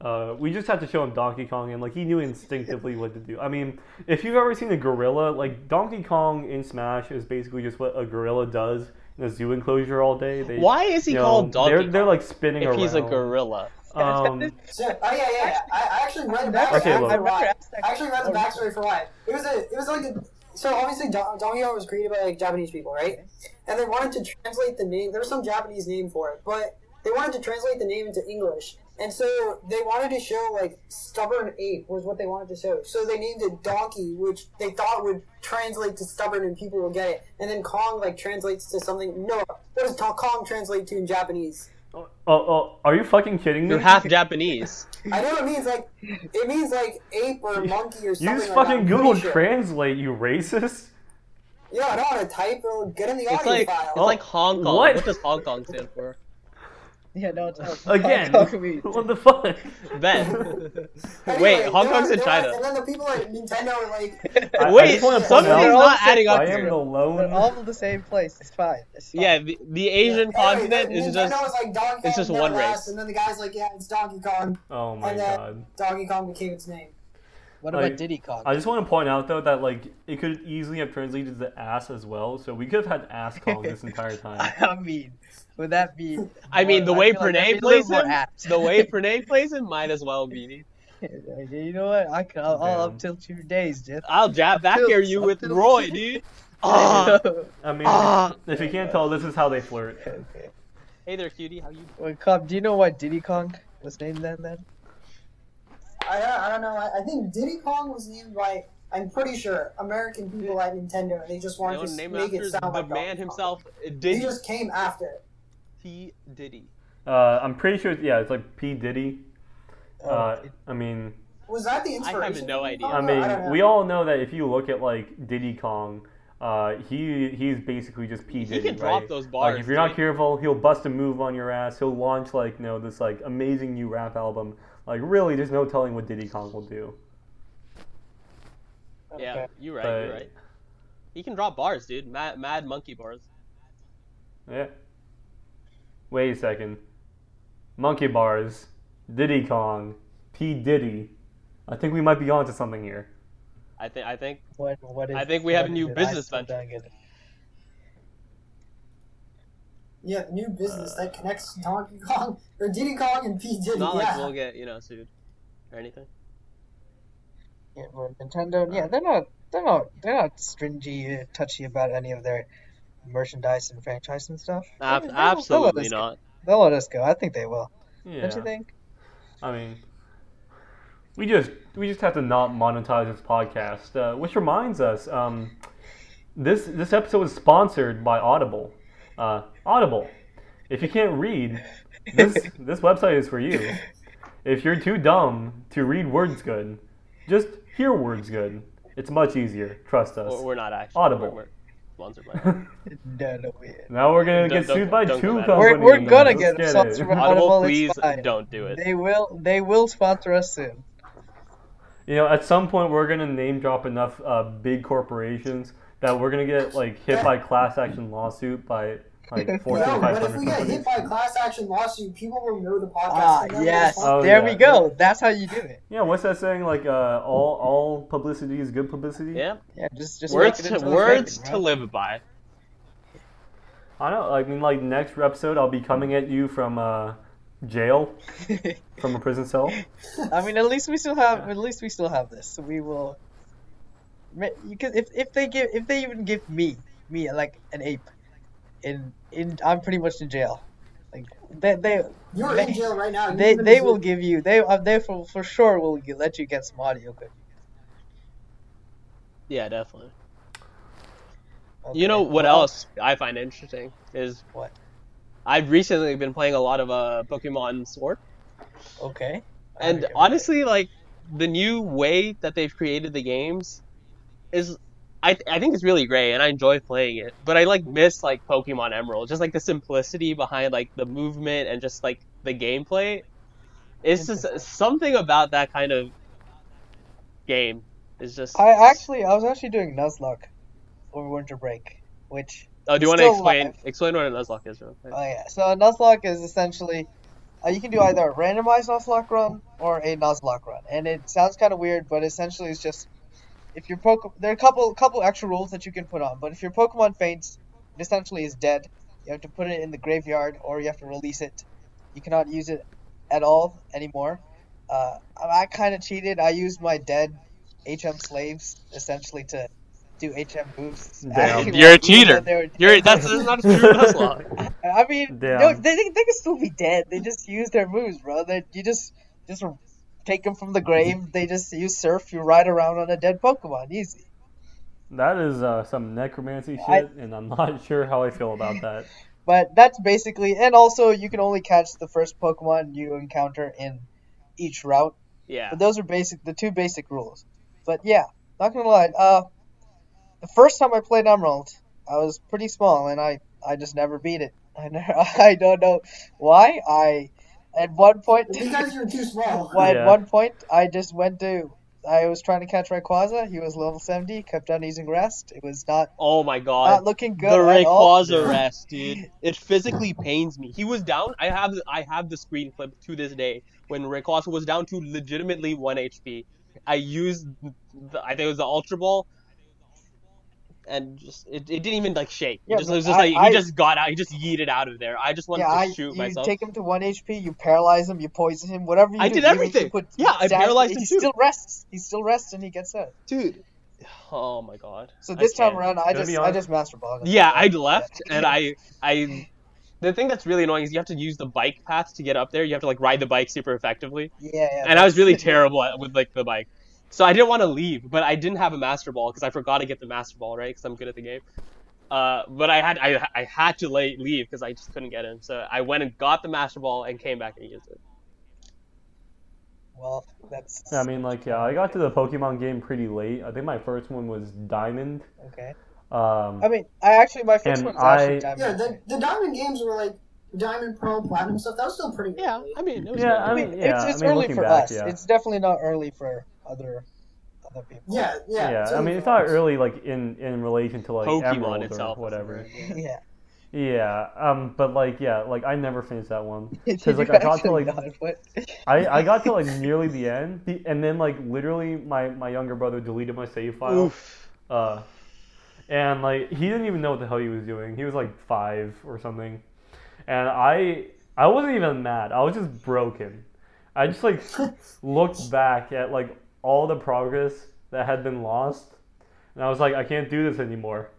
Speaker 2: uh, we just had to show him Donkey Kong, and like he knew instinctively what to do. I mean, if you've ever seen a gorilla, like Donkey Kong in Smash is basically just what a gorilla does in a zoo enclosure all day. They,
Speaker 1: Why is he
Speaker 2: you know,
Speaker 1: called Donkey
Speaker 2: They're
Speaker 1: Kong?
Speaker 2: they're like spinning
Speaker 1: if
Speaker 2: around.
Speaker 1: he's a gorilla.
Speaker 2: Um,
Speaker 3: Yeah, oh yeah, yeah. yeah. I, I actually read the
Speaker 4: That's-
Speaker 2: Okay,
Speaker 3: backstory for
Speaker 2: look.
Speaker 3: why. I actually read the backstory for why. It was a, it was like a. So obviously, Don- Donkey Kong was created by like Japanese people, right? And they wanted to translate the name. There was some Japanese name for it, but they wanted to translate the name into English. And so they wanted to show like stubborn ape was what they wanted to show. So they named it donkey, which they thought would translate to stubborn and people will get it. And then Kong like translates to something. No, what does Kong translate to in Japanese?
Speaker 2: oh, oh, are you fucking kidding me?
Speaker 1: You're half Japanese.
Speaker 3: I know it means like it means like ape or monkey or something.
Speaker 2: Use
Speaker 3: like
Speaker 2: fucking
Speaker 3: that. I'm
Speaker 2: Google
Speaker 3: pretty sure.
Speaker 2: Translate, you racist.
Speaker 3: Yeah, I don't want to type. It'll get in the
Speaker 1: It's
Speaker 3: audio
Speaker 1: like
Speaker 3: file.
Speaker 1: it's like Hong Kong.
Speaker 2: What?
Speaker 1: What? does Hong Kong stand for?
Speaker 4: Yeah, no, it's not. [laughs]
Speaker 2: Again,
Speaker 4: How can
Speaker 2: [laughs]
Speaker 4: we-
Speaker 2: what the fuck?
Speaker 1: [laughs] Ben.
Speaker 3: Anyway,
Speaker 1: Wait, Hong
Speaker 3: they're
Speaker 1: Kong's in
Speaker 3: they're
Speaker 1: China.
Speaker 3: and then the people at Nintendo are like,
Speaker 2: I- I
Speaker 1: Wait,
Speaker 2: just wanna
Speaker 1: something's
Speaker 2: point
Speaker 3: something
Speaker 2: out-
Speaker 4: is
Speaker 1: not adding up
Speaker 2: I am
Speaker 1: here.
Speaker 2: the
Speaker 4: They're
Speaker 2: lone.
Speaker 4: all in the same place. It's fine. It's fine.
Speaker 1: Yeah, the, the [laughs] Asian continent
Speaker 3: anyway,
Speaker 1: is
Speaker 3: Nintendo
Speaker 1: just
Speaker 3: was like Donkey
Speaker 1: it's
Speaker 3: Kong
Speaker 1: just
Speaker 3: never
Speaker 1: one
Speaker 3: lost,
Speaker 1: race.
Speaker 3: And then the guy's like, yeah, it's Donkey Kong.
Speaker 2: Oh my
Speaker 3: and then
Speaker 2: god.
Speaker 3: Donkey Kong became its name.
Speaker 4: What
Speaker 2: Like,
Speaker 4: about Diddy Kong?
Speaker 2: I just want to point out though that like it could easily have translated to ass as well, so we could have had ass Kong this entire time.
Speaker 4: [laughs] I mean, would that be?
Speaker 1: I mean the
Speaker 4: I
Speaker 1: way
Speaker 4: feel like
Speaker 1: Pernay
Speaker 4: that'd be a
Speaker 1: plays
Speaker 4: little
Speaker 1: him
Speaker 4: more apt.
Speaker 1: the [laughs]
Speaker 4: [laughs]
Speaker 1: way Pernay plays him might as well be.
Speaker 4: you know what? I could, I'll,
Speaker 2: Damn.
Speaker 4: I'll up tilt your days, Jeff.
Speaker 1: I'll jab back
Speaker 4: feel-
Speaker 1: at you
Speaker 4: I
Speaker 1: with
Speaker 4: feel-
Speaker 1: Roy, dude. [laughs]
Speaker 4: [laughs]
Speaker 1: Ah.
Speaker 2: I mean,
Speaker 1: Ah.
Speaker 2: if you can't tell, this is how they flirt.
Speaker 1: Hey there, cutie. How you?
Speaker 4: Wait, Cobb, do you know why Diddy Kong was named that then?
Speaker 3: I don't, I don't know. I, I think Diddy Kong was named by, I'm pretty sure, American people at Nintendo. and They just
Speaker 1: you
Speaker 3: wanted
Speaker 1: know,
Speaker 3: to
Speaker 1: name
Speaker 3: make
Speaker 1: after
Speaker 3: it sound
Speaker 1: the man
Speaker 3: like Donkey Kong.
Speaker 1: himself, uh,
Speaker 3: He
Speaker 1: Diddy.
Speaker 3: just came after it.
Speaker 1: T. Diddy.
Speaker 2: Uh, I'm pretty sure, yeah, it's like P Diddy.
Speaker 4: Oh.
Speaker 2: Uh,
Speaker 4: it-
Speaker 2: I mean,
Speaker 3: Was that the
Speaker 1: I have
Speaker 3: inspiration?
Speaker 1: no
Speaker 3: for
Speaker 1: idea.
Speaker 3: Kong?
Speaker 2: I
Speaker 3: don't
Speaker 2: mean,
Speaker 3: know.
Speaker 2: we all know that if you look at like Diddy Kong, uh, he he's basically just P Diddy.
Speaker 1: can drop
Speaker 2: right?
Speaker 1: those
Speaker 2: Like,
Speaker 1: bars,
Speaker 2: if you're not
Speaker 1: dude.
Speaker 2: careful, he'll bust a move on your ass. He'll launch like you know this like amazing new rap album. Like really, there's no telling what Diddy Kong will do.
Speaker 1: Yeah, you're right.
Speaker 2: But-
Speaker 1: You're right. He can drop bars, dude. Mad, mad monkey bars.
Speaker 2: Yeah. Wait a second. Monkey bars, Diddy Kong, P Diddy. I think we might be onto something here.
Speaker 1: I think. I think.
Speaker 4: What, what is,
Speaker 1: I think we have
Speaker 4: what
Speaker 1: a new
Speaker 4: is it? I
Speaker 1: business
Speaker 4: still
Speaker 1: venture.
Speaker 4: don't get it.
Speaker 3: Yeah, new business that connects Donkey Kong or Diddy Kong and P Diddy.
Speaker 1: Not like
Speaker 3: yeah.
Speaker 1: we'll get you know sued or anything.
Speaker 4: Yeah, well, Nintendo, yeah, they're not, they're not, they're not stringy, uh, touchy about any of their merchandise and franchise and stuff.
Speaker 1: Ab-
Speaker 4: They- they will- they'll let
Speaker 1: absolutely
Speaker 4: us go.
Speaker 1: not.
Speaker 4: They'll let us go. I think they will.
Speaker 2: Yeah.
Speaker 4: Don't you think?
Speaker 2: I mean, we just we just have to not monetize this podcast, uh, which reminds us, um, this this episode is sponsored by Audible. Uh, Audible, if you can't read,
Speaker 4: [laughs]
Speaker 2: this this website is for you. If you're too dumb to read words good, just hear words good. It's much easier. Trust us.
Speaker 1: We're, we're not actually.
Speaker 2: Audible.
Speaker 1: We're, we're sponsored [laughs] by.
Speaker 4: No, no, we.
Speaker 2: now we're gonna
Speaker 1: Don't-
Speaker 2: get
Speaker 1: don't-
Speaker 2: sued by
Speaker 1: don't go
Speaker 2: two
Speaker 1: back.
Speaker 2: companies.
Speaker 4: We're- we're gonna
Speaker 2: Let's
Speaker 4: get
Speaker 2: it.
Speaker 4: sponsored by-
Speaker 1: Audible,
Speaker 4: Audible, it's
Speaker 1: please
Speaker 4: fine.
Speaker 1: don't do it.
Speaker 4: They will. They will sponsor us soon.
Speaker 2: You know, at some point we're gonna name drop enough uh, big corporations that we're gonna get like hit by class action lawsuit by like Fortune
Speaker 3: No, but
Speaker 2: 500
Speaker 3: if we get hit
Speaker 2: companies.
Speaker 3: by a class action lawsuit, people will know the podcast.
Speaker 4: Ah,
Speaker 3: and they'll
Speaker 4: yes.
Speaker 3: respond.
Speaker 2: Oh,
Speaker 4: there
Speaker 2: yeah.
Speaker 4: we go. That's how you do it.
Speaker 2: Yeah, what's that saying? Like, uh, all all publicity is good publicity.
Speaker 1: Yeah.
Speaker 4: Yeah, just just
Speaker 1: Words
Speaker 4: make it
Speaker 1: to
Speaker 4: into a
Speaker 1: words
Speaker 4: thing,
Speaker 1: to
Speaker 4: right?
Speaker 1: live by.
Speaker 2: I know. I mean, like next episode, I'll be coming at you from uh, jail,
Speaker 4: [laughs]
Speaker 2: from a prison cell.
Speaker 4: I mean, at least we still have. At least we still have this. So we will. Because if if they give if they even give me me like an ape, in in I'm pretty much in jail. Like they they
Speaker 3: You're in jail right now. You've
Speaker 4: they,
Speaker 3: been
Speaker 4: they
Speaker 3: in
Speaker 4: will
Speaker 3: jail.
Speaker 4: give you they uh, they for for sure will g- let you get some audio. Good.
Speaker 1: Yeah, definitely.
Speaker 4: Okay.
Speaker 1: You know what
Speaker 4: Well,
Speaker 1: else I find interesting is
Speaker 4: What?
Speaker 1: I've recently been playing a lot of uh, Pokemon Sword,
Speaker 4: Okay.
Speaker 1: and
Speaker 4: Okay.
Speaker 1: honestly, like the new way that they've created the games is, I I think it's really great, and I enjoy playing it. But I like miss like Pokemon Emerald, just like the simplicity behind like the movement and just like the gameplay. It's just something about that kind of game is just
Speaker 4: I actually I was actually doing Nuzlocke over winter break, which
Speaker 1: Oh, do you want to
Speaker 4: Still
Speaker 1: explain
Speaker 4: alive.
Speaker 1: explain what a Nuzlocke is real quick?
Speaker 4: Oh yeah. So a Nuzlocke is essentially uh, you can do either a randomized Nuzlocke run or a Nuzlocke run, and it sounds kind of weird, but essentially it's just if your Pokemon there are a couple couple extra rules that you can put on, but if your Pokemon faints, it essentially is dead. You have to put it in the graveyard or you have to release it. You cannot use it at all anymore. Uh, I, I kind of cheated. I used my dead HM slaves essentially to do HM moves.
Speaker 2: Damn.
Speaker 4: Actually,
Speaker 5: You're a
Speaker 4: even though
Speaker 5: cheater.
Speaker 4: they were- [laughs]
Speaker 5: You're that's, that's not a true Nuzlocke.
Speaker 4: I mean,
Speaker 2: Damn.
Speaker 4: no, they, they they can still be dead. They just use their moves, bro. They you just just take them from the grave. They just you surf, you ride around on a dead Pokemon, easy.
Speaker 2: That is uh, some necromancy shit,
Speaker 4: I-
Speaker 2: and I'm [laughs] not sure how I feel about that.
Speaker 4: But that's basically, and also you can only catch the first Pokemon you encounter in each route.
Speaker 1: [laughs] Yeah.
Speaker 4: But those are basic, the two basic rules. But yeah, not gonna lie. Uh, the first time I played Emerald, I was pretty small, and I I just never beat it. [laughs] I never, I don't know why. I at one point. [laughs]
Speaker 3: Because you're too small.
Speaker 4: Well,
Speaker 2: Yeah.
Speaker 4: at one point, I just went to. I was trying to catch Rayquaza. He was level 70, kept on using rest. It was not
Speaker 1: Oh my god.
Speaker 4: not looking good
Speaker 1: the
Speaker 4: at all. [laughs]
Speaker 1: Rayquaza rest, dude. It physically pains me. He was down. I have I have the screen clip to this day when Rayquaza was down to legitimately one HP. I used, the, I think it was the Ultra Ball, and just it, it didn't even like shake. It
Speaker 4: Yeah,
Speaker 1: just, it
Speaker 4: but
Speaker 1: was just
Speaker 4: I-
Speaker 1: like
Speaker 4: I-
Speaker 1: he just got out. He just yeeted out of there. I just wanted
Speaker 4: Yeah,
Speaker 1: to
Speaker 4: I,
Speaker 1: shoot
Speaker 4: you
Speaker 1: myself.
Speaker 4: take him to 1 HP, you paralyze him, you poison him, whatever you
Speaker 1: I
Speaker 4: do,
Speaker 1: did
Speaker 4: even if you
Speaker 1: everything.
Speaker 4: put-
Speaker 1: Yeah, I paralyzed him
Speaker 4: He
Speaker 1: too.
Speaker 4: still rests. He still rests and he gets out.
Speaker 1: dude. Oh my god.
Speaker 4: So
Speaker 1: I
Speaker 4: this time
Speaker 1: can't.
Speaker 4: around, I
Speaker 2: Can I
Speaker 4: just
Speaker 2: be
Speaker 4: I
Speaker 2: honest?
Speaker 4: just master ball.
Speaker 1: Yeah, I left, and I, I, the thing that's really annoying is you have to use the bike paths to get up there. You have to like ride the bike super effectively,
Speaker 4: Yeah, yeah.
Speaker 1: and I was really terrible at, with like the bike. So I didn't want to leave, but I didn't have a master ball because I forgot to get the master ball right because I'm good at the game. Uh, but I had I, I had to late leave because I just couldn't get in. So I went and got the master ball and came back and used it.
Speaker 4: Well, that's
Speaker 2: I mean, like, yeah, I got to the Pokemon game pretty late. I think my first one was Diamond.
Speaker 4: okay.
Speaker 2: Um,
Speaker 4: I mean, I actually my first
Speaker 2: And
Speaker 4: one was actually
Speaker 2: I-
Speaker 4: Diamond.
Speaker 3: Yeah, the, the diamond games were like diamond, pearl, platinum stuff. That was still pretty.
Speaker 1: Yeah, I mean, it was
Speaker 2: yeah, I
Speaker 4: I
Speaker 2: mean,
Speaker 4: mean,
Speaker 2: yeah,
Speaker 4: it's, it's
Speaker 2: I mean,
Speaker 4: early
Speaker 2: looking
Speaker 4: for
Speaker 2: back,
Speaker 4: us.
Speaker 2: yeah.
Speaker 4: It's definitely not early for other other people.
Speaker 3: yeah, yeah.
Speaker 2: yeah, I mean, it's not really like in in relation to like
Speaker 1: Pokemon
Speaker 2: Emerald
Speaker 1: itself,
Speaker 2: or whatever.
Speaker 4: Yeah.
Speaker 2: Yeah, um, but like, yeah, like I never finished that one
Speaker 4: It's
Speaker 2: because like I got to like
Speaker 4: but
Speaker 2: I, I got to like nearly the end, the, and then like literally my my younger brother deleted my save file.
Speaker 1: Oof.
Speaker 2: Uh, and like he didn't even know what the hell he was doing. He was like five or something, and I I wasn't even mad. I was just broken. I just
Speaker 4: [laughs]
Speaker 2: like looked back at like all the progress that had been lost, and I was like, I can't do this anymore.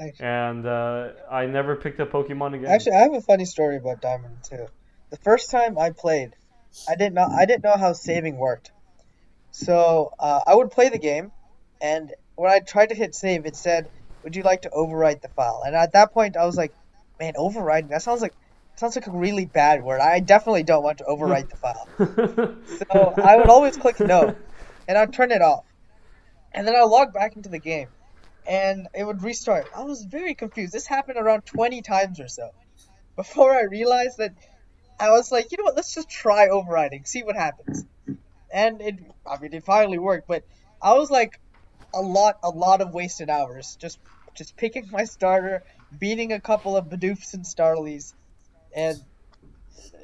Speaker 4: Actually-
Speaker 2: And uh, I never picked up Pokemon again. [laughs]
Speaker 4: actually, I have a funny story about Diamond too. The first time I played, I didn't know I didn't know how saving worked. So uh, I would play the game, and when I tried to hit save, it said, "Would you like to overwrite the file?" And at that point, I was like, "Man, overriding that sounds like sounds like a really bad word. I definitely don't want to
Speaker 2: [laughs]
Speaker 4: overwrite the file." So I would always click no, and I'd turn it off, and then I log back into the game, and it would restart. I was very confused. This happened around 20 times or so, before I realized that I was like, you know what? Let's just try overriding, see what happens. And it, I mean, it finally worked. But I was like, a lot, a lot of wasted hours just, just picking my starter, beating a couple of Bidoofs and Starlies, and.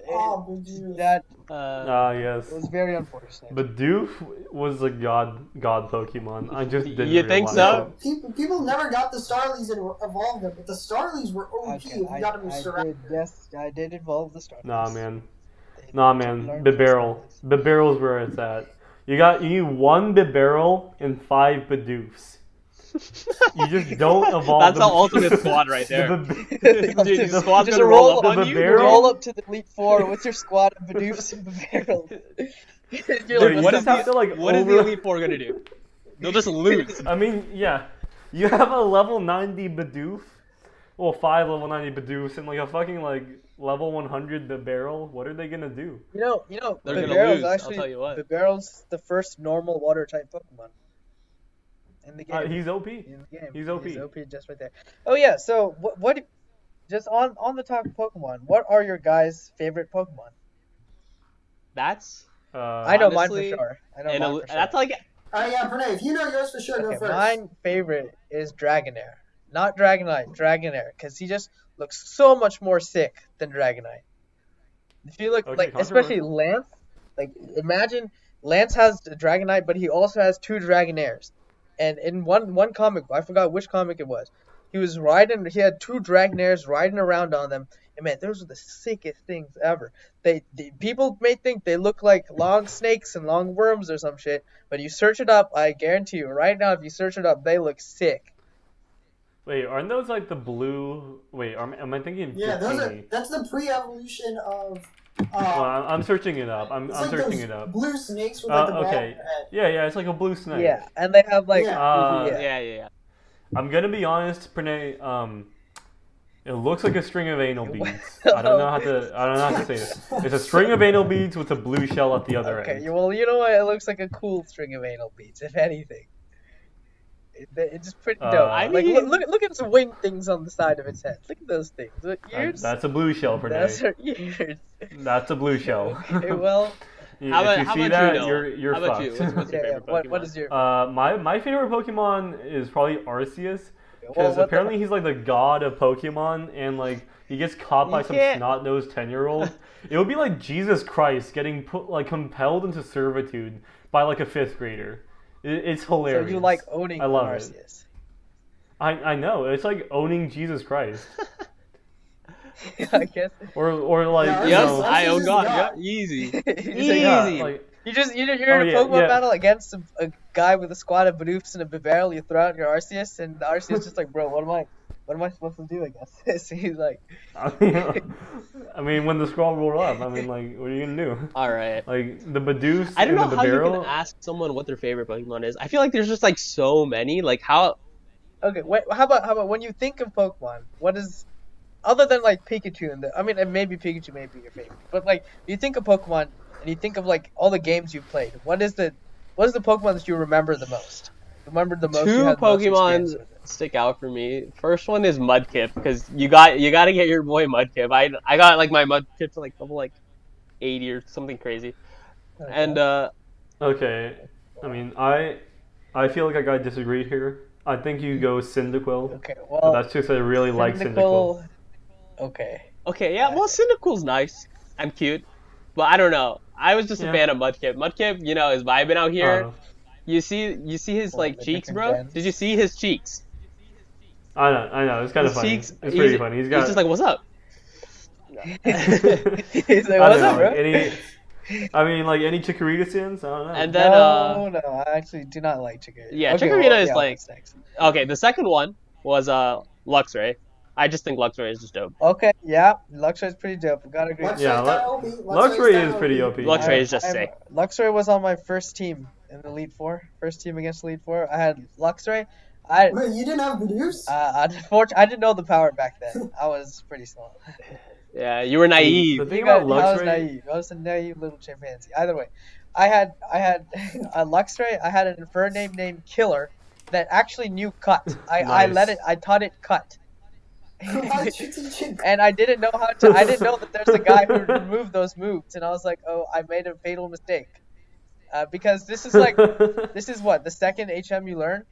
Speaker 3: Oh, would you?
Speaker 4: that
Speaker 1: [laughs] Uh,
Speaker 2: Ah yes.
Speaker 4: was very unfortunate.
Speaker 2: Bidoof was a god god Pokemon. I just didn't.
Speaker 1: You think
Speaker 2: realize
Speaker 1: so?
Speaker 3: People, people never got the Starlies and evolved them, but the Starlies were OG.
Speaker 4: Okay,
Speaker 3: if
Speaker 4: I,
Speaker 3: you got them
Speaker 4: I
Speaker 3: surrounded.
Speaker 4: did, yes, I did involve the Star
Speaker 2: it. Nah,
Speaker 4: Wars. [laughs]
Speaker 2: man. Nah, man.
Speaker 4: Learn
Speaker 2: Bibarel.
Speaker 4: those
Speaker 2: Bibarel's where it's at. You got you need one Bibarel and five Bidoofs. You
Speaker 3: [laughs]
Speaker 2: just don't evolve.
Speaker 1: That's
Speaker 2: them.
Speaker 1: our
Speaker 2: [laughs]
Speaker 1: ultimate squad right
Speaker 2: The
Speaker 1: there.
Speaker 2: Bib-
Speaker 1: [laughs] Dude,
Speaker 4: Just-
Speaker 1: the squad's
Speaker 4: just
Speaker 1: gonna
Speaker 4: roll
Speaker 1: roll up
Speaker 4: up
Speaker 1: on
Speaker 2: the
Speaker 1: you.
Speaker 4: You
Speaker 2: Barrel?
Speaker 4: roll up to the Elite Four with your squad of Bidoofs
Speaker 1: [laughs]
Speaker 4: and [laughs] Barrels.
Speaker 2: [laughs]
Speaker 4: You're
Speaker 2: Dude,
Speaker 4: like,
Speaker 2: you
Speaker 1: what
Speaker 4: "What's
Speaker 1: is
Speaker 2: just
Speaker 4: up?"
Speaker 2: have to like.
Speaker 1: What is
Speaker 2: over...
Speaker 1: the Elite Four gonna do? They'll just
Speaker 2: [laughs]
Speaker 1: lose.
Speaker 2: I mean, yeah. You have a level 90 Bidoof. Well, five level 90 Bidoofs and like a fucking like level 100 Bibarel. What are they gonna do?
Speaker 4: you know, you know,
Speaker 1: They're
Speaker 4: the
Speaker 1: gonna
Speaker 4: Barrel's
Speaker 1: lose, I'll
Speaker 4: actually
Speaker 1: tell you what.
Speaker 4: the Barrel's the first normal water type Pokemon in the game.
Speaker 2: Uh, he's OP.
Speaker 4: in the game.
Speaker 2: He's OP.
Speaker 4: He's OP just right there. Oh yeah. So what? what just on on the top of Pokemon, what are your guys' favorite Pokemon?
Speaker 1: That's
Speaker 2: Uh,
Speaker 4: I know mine for
Speaker 1: honestly,
Speaker 4: sure. I know
Speaker 1: and
Speaker 4: mine
Speaker 1: a-
Speaker 4: for sure.
Speaker 1: that's like
Speaker 3: All right, yeah, Pranay, if you know yours for sure,
Speaker 4: Okay,
Speaker 3: go first.
Speaker 4: mine favorite is Dragonair. not Dragonite, Dragonair, because he just looks so much more sick than Dragonite. If you look,
Speaker 2: Okay,
Speaker 4: like
Speaker 2: controversial.
Speaker 4: especially Lance, like imagine Lance has a Dragonite, but he also has two Dragonairs. And in one one comic, I forgot which comic it was, he was riding. He had two Dragonairs riding around on them, and man, those are the sickest things ever. They, they people may think they look like long snakes and long worms or some shit, but you search it up, I guarantee you, right now if you search it up, they look sick.
Speaker 2: Wait, aren't those like the blue? Wait, am, am I thinking
Speaker 3: Yeah, those are,
Speaker 2: Dratini?
Speaker 3: that's the pre-evolution of.
Speaker 2: Well,
Speaker 3: Uh,
Speaker 2: I'm, I'm searching it up. I'm,
Speaker 3: it's
Speaker 2: I'm
Speaker 3: like
Speaker 2: searching
Speaker 3: those
Speaker 2: it up.
Speaker 3: Blue snakes with
Speaker 2: Uh,
Speaker 3: like the ball
Speaker 2: okay.
Speaker 3: on their head.
Speaker 2: Yeah, yeah, it's like a blue snake.
Speaker 4: Yeah, and they have like
Speaker 3: Yeah.
Speaker 2: Uh,
Speaker 4: Yeah.
Speaker 1: yeah, yeah, yeah.
Speaker 2: I'm gonna be honest, Pranay. Um, it looks like a string of
Speaker 4: [laughs]
Speaker 2: anal beads. I don't know how to. I don't know how to say this. It's a string of anal beads with a blue shell at the other
Speaker 4: okay,
Speaker 2: end.
Speaker 4: you- well you know what? It looks like a cool string of anal beads, if anything. It, it- it's just pretty
Speaker 2: Uh,
Speaker 4: dope.
Speaker 2: I
Speaker 4: like look,
Speaker 1: mean-
Speaker 4: look look at its wing things on the side of its head. Look at those things. Look,
Speaker 2: Uh,
Speaker 4: ears.
Speaker 2: that's a blue shell, Pranay.
Speaker 4: That's her [laughs] ears.
Speaker 2: [laughs] That's a blue shell.
Speaker 4: [laughs]
Speaker 2: [laughs]
Speaker 4: Okay, well,
Speaker 2: You-
Speaker 1: How about-
Speaker 2: if you
Speaker 1: how
Speaker 2: see
Speaker 1: about
Speaker 2: that,
Speaker 1: you, Noah?
Speaker 2: are you're
Speaker 1: How about
Speaker 2: fucked.
Speaker 1: you? What's-
Speaker 2: [laughs]
Speaker 1: what's
Speaker 4: yeah,
Speaker 1: your
Speaker 4: yeah,
Speaker 1: favorite
Speaker 4: what,
Speaker 1: Pokemon?
Speaker 4: what is your?
Speaker 2: uh, my my favorite Pokemon is probably Arceus
Speaker 4: well,
Speaker 2: because
Speaker 4: what the-
Speaker 2: apparently he's like the god of Pokemon and like he gets caught by
Speaker 1: You
Speaker 2: some
Speaker 1: can't-
Speaker 2: snot nosed ten year
Speaker 1: [laughs]
Speaker 2: old. it would be like Jesus Christ getting put like compelled into servitude by like a fifth grader. It, it's
Speaker 4: so
Speaker 2: hilarious.
Speaker 4: you like owning
Speaker 2: I love it.
Speaker 4: Arceus? [laughs]
Speaker 2: I, I know it's like owning Jesus
Speaker 1: [laughs]
Speaker 2: Christ
Speaker 4: I guess. [laughs]
Speaker 2: or or like
Speaker 3: Yeah,
Speaker 2: you
Speaker 1: Yes,
Speaker 2: know,
Speaker 1: I own
Speaker 3: Arceus is
Speaker 1: God.
Speaker 3: God.
Speaker 1: Yeah, [laughs] easy.
Speaker 4: He's
Speaker 1: Easy.
Speaker 4: like,
Speaker 2: yeah,
Speaker 1: Easy.
Speaker 2: like, [laughs]
Speaker 4: You just you, you're
Speaker 2: Oh,
Speaker 4: in a
Speaker 2: yeah,
Speaker 4: Pokemon
Speaker 2: yeah.
Speaker 4: battle against a, a guy with a squad of Banoofs and a Bibarel. You throw out your Arceus, and the Arceus just like, bro, what am I, what am I supposed to do? I guess. [laughs] so he's like,
Speaker 2: I mean, I mean, when the scroll rolled up, I mean, like, what are you gonna do?
Speaker 1: All right.
Speaker 2: Like the Bidoof
Speaker 1: I don't
Speaker 2: and
Speaker 1: know
Speaker 2: the
Speaker 1: how you
Speaker 2: Barrel.
Speaker 1: can ask someone what their favorite Pokemon is. I feel like there's just like so many. Like how?
Speaker 4: okay, wait, how about how about when you think of Pokemon, what is other than like Pikachu and the, I mean, and maybe Pikachu may be your favorite, but like you think of Pokemon and you think of like all the games you've played. What is the what is the Pokemon that you remember the most? Remember the most. you
Speaker 1: Two
Speaker 4: had the most experience
Speaker 1: Pokemon
Speaker 4: with it?
Speaker 1: stick out for me. First one is Mudkip because you got you got to get your boy Mudkip. I I got like my Mudkip to like level like eighty or something crazy. And uh,
Speaker 2: Okay, I mean, I, I feel like I gotta disagree here. I think you go Cyndaquil.
Speaker 4: okay,
Speaker 2: But
Speaker 4: well,
Speaker 2: that's just I really like Cyndaquil.
Speaker 4: Cyndaquil- Okay.
Speaker 1: okay, yeah, well Cyndaquil's nice and cute, but I don't know. I was just
Speaker 2: Yeah.
Speaker 1: a fan of Mudkip. Mudkip, you know, is vibing out here.
Speaker 2: Uh,
Speaker 1: You see, you see his
Speaker 4: Well,
Speaker 1: like
Speaker 4: the
Speaker 1: cheeks,
Speaker 4: different
Speaker 1: bro.
Speaker 4: gens.
Speaker 1: Did you see his cheeks?
Speaker 2: I know, I know. It's kind of
Speaker 1: His
Speaker 2: funny.
Speaker 1: cheeks.
Speaker 2: it's pretty
Speaker 1: he's-
Speaker 2: funny. He's got.
Speaker 1: He's just like, what's up?
Speaker 4: [laughs] He's like,
Speaker 2: I
Speaker 4: what's
Speaker 2: don't
Speaker 4: up,
Speaker 2: know,
Speaker 4: bro?
Speaker 2: like, any, I mean, like any Chikorita sins. I don't know.
Speaker 1: And then uh,
Speaker 4: no, no, I actually do not like Chikorita.
Speaker 1: Yeah,
Speaker 4: Okay,
Speaker 1: Chikorita
Speaker 4: well,
Speaker 1: is
Speaker 4: yeah,
Speaker 1: like-
Speaker 4: what's next?
Speaker 1: Okay, the second one was uh Luxray. I just think Luxray is just dope.
Speaker 4: Okay, yeah, Luxray is pretty dope. We gotta agree.
Speaker 3: Luxray's
Speaker 2: Yeah,
Speaker 3: not
Speaker 2: Lu-
Speaker 3: OP, Luxray's
Speaker 2: Luxray
Speaker 3: not
Speaker 2: is pretty OP.
Speaker 1: Luxray
Speaker 4: I-
Speaker 1: is just
Speaker 4: I-
Speaker 1: sick.
Speaker 4: Luxray was on my first team in the Elite Four. First team against Elite Four. I had Luxray. I.
Speaker 3: Wait, you didn't have Bidoof?
Speaker 4: Uh, unfortunately, I didn't know the power back then. I was pretty small.
Speaker 1: Yeah, you were
Speaker 2: The
Speaker 1: naive.
Speaker 2: thing
Speaker 4: I,
Speaker 2: about
Speaker 4: I was
Speaker 2: Luxray,
Speaker 4: naive. I was a naive little chimpanzee. Either way, I had I had [laughs] a Luxray. I had an Infernape named Killer that actually knew cut. I, I
Speaker 2: Nice.
Speaker 4: let it. I taught it cut.
Speaker 3: [laughs] Why did you teach it?
Speaker 4: [laughs] and I didn't know how to. I didn't know that there's a guy who removed those moves, and I was like, oh, I made a fatal mistake, uh, because this
Speaker 2: [laughs]
Speaker 4: is like this is what the second HM you learn.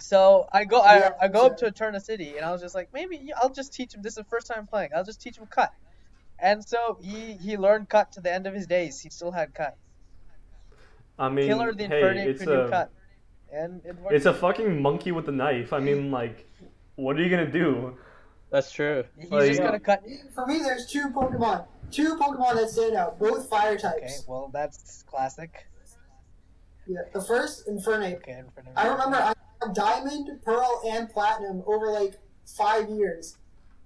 Speaker 4: So I go, I,
Speaker 3: Yeah,
Speaker 4: I go up to
Speaker 3: sure.
Speaker 4: Eterna City, and I was just like, maybe yeah, I'll just teach him. This is the first time playing. I'll just teach him cut, and so he he learned cut to the end of his days. He still had cut.
Speaker 2: I mean,
Speaker 4: Killer the
Speaker 2: hey,
Speaker 4: Infernape
Speaker 2: it's
Speaker 4: who knew
Speaker 2: a,
Speaker 4: cut, and it worked.
Speaker 2: it's a fucking monkey with a knife. I mean, like, what are you gonna do?
Speaker 1: That's true.
Speaker 4: He's
Speaker 2: like-
Speaker 4: just gonna cut.
Speaker 3: For me, there's two Pokemon. Two Pokemon that stand out, both fire
Speaker 4: Okay,
Speaker 3: types.
Speaker 4: well that's classic.
Speaker 3: Yeah, the first, Infernape.
Speaker 4: Okay, Infernape.
Speaker 3: I remember I had Diamond, Pearl, and Platinum over like five years.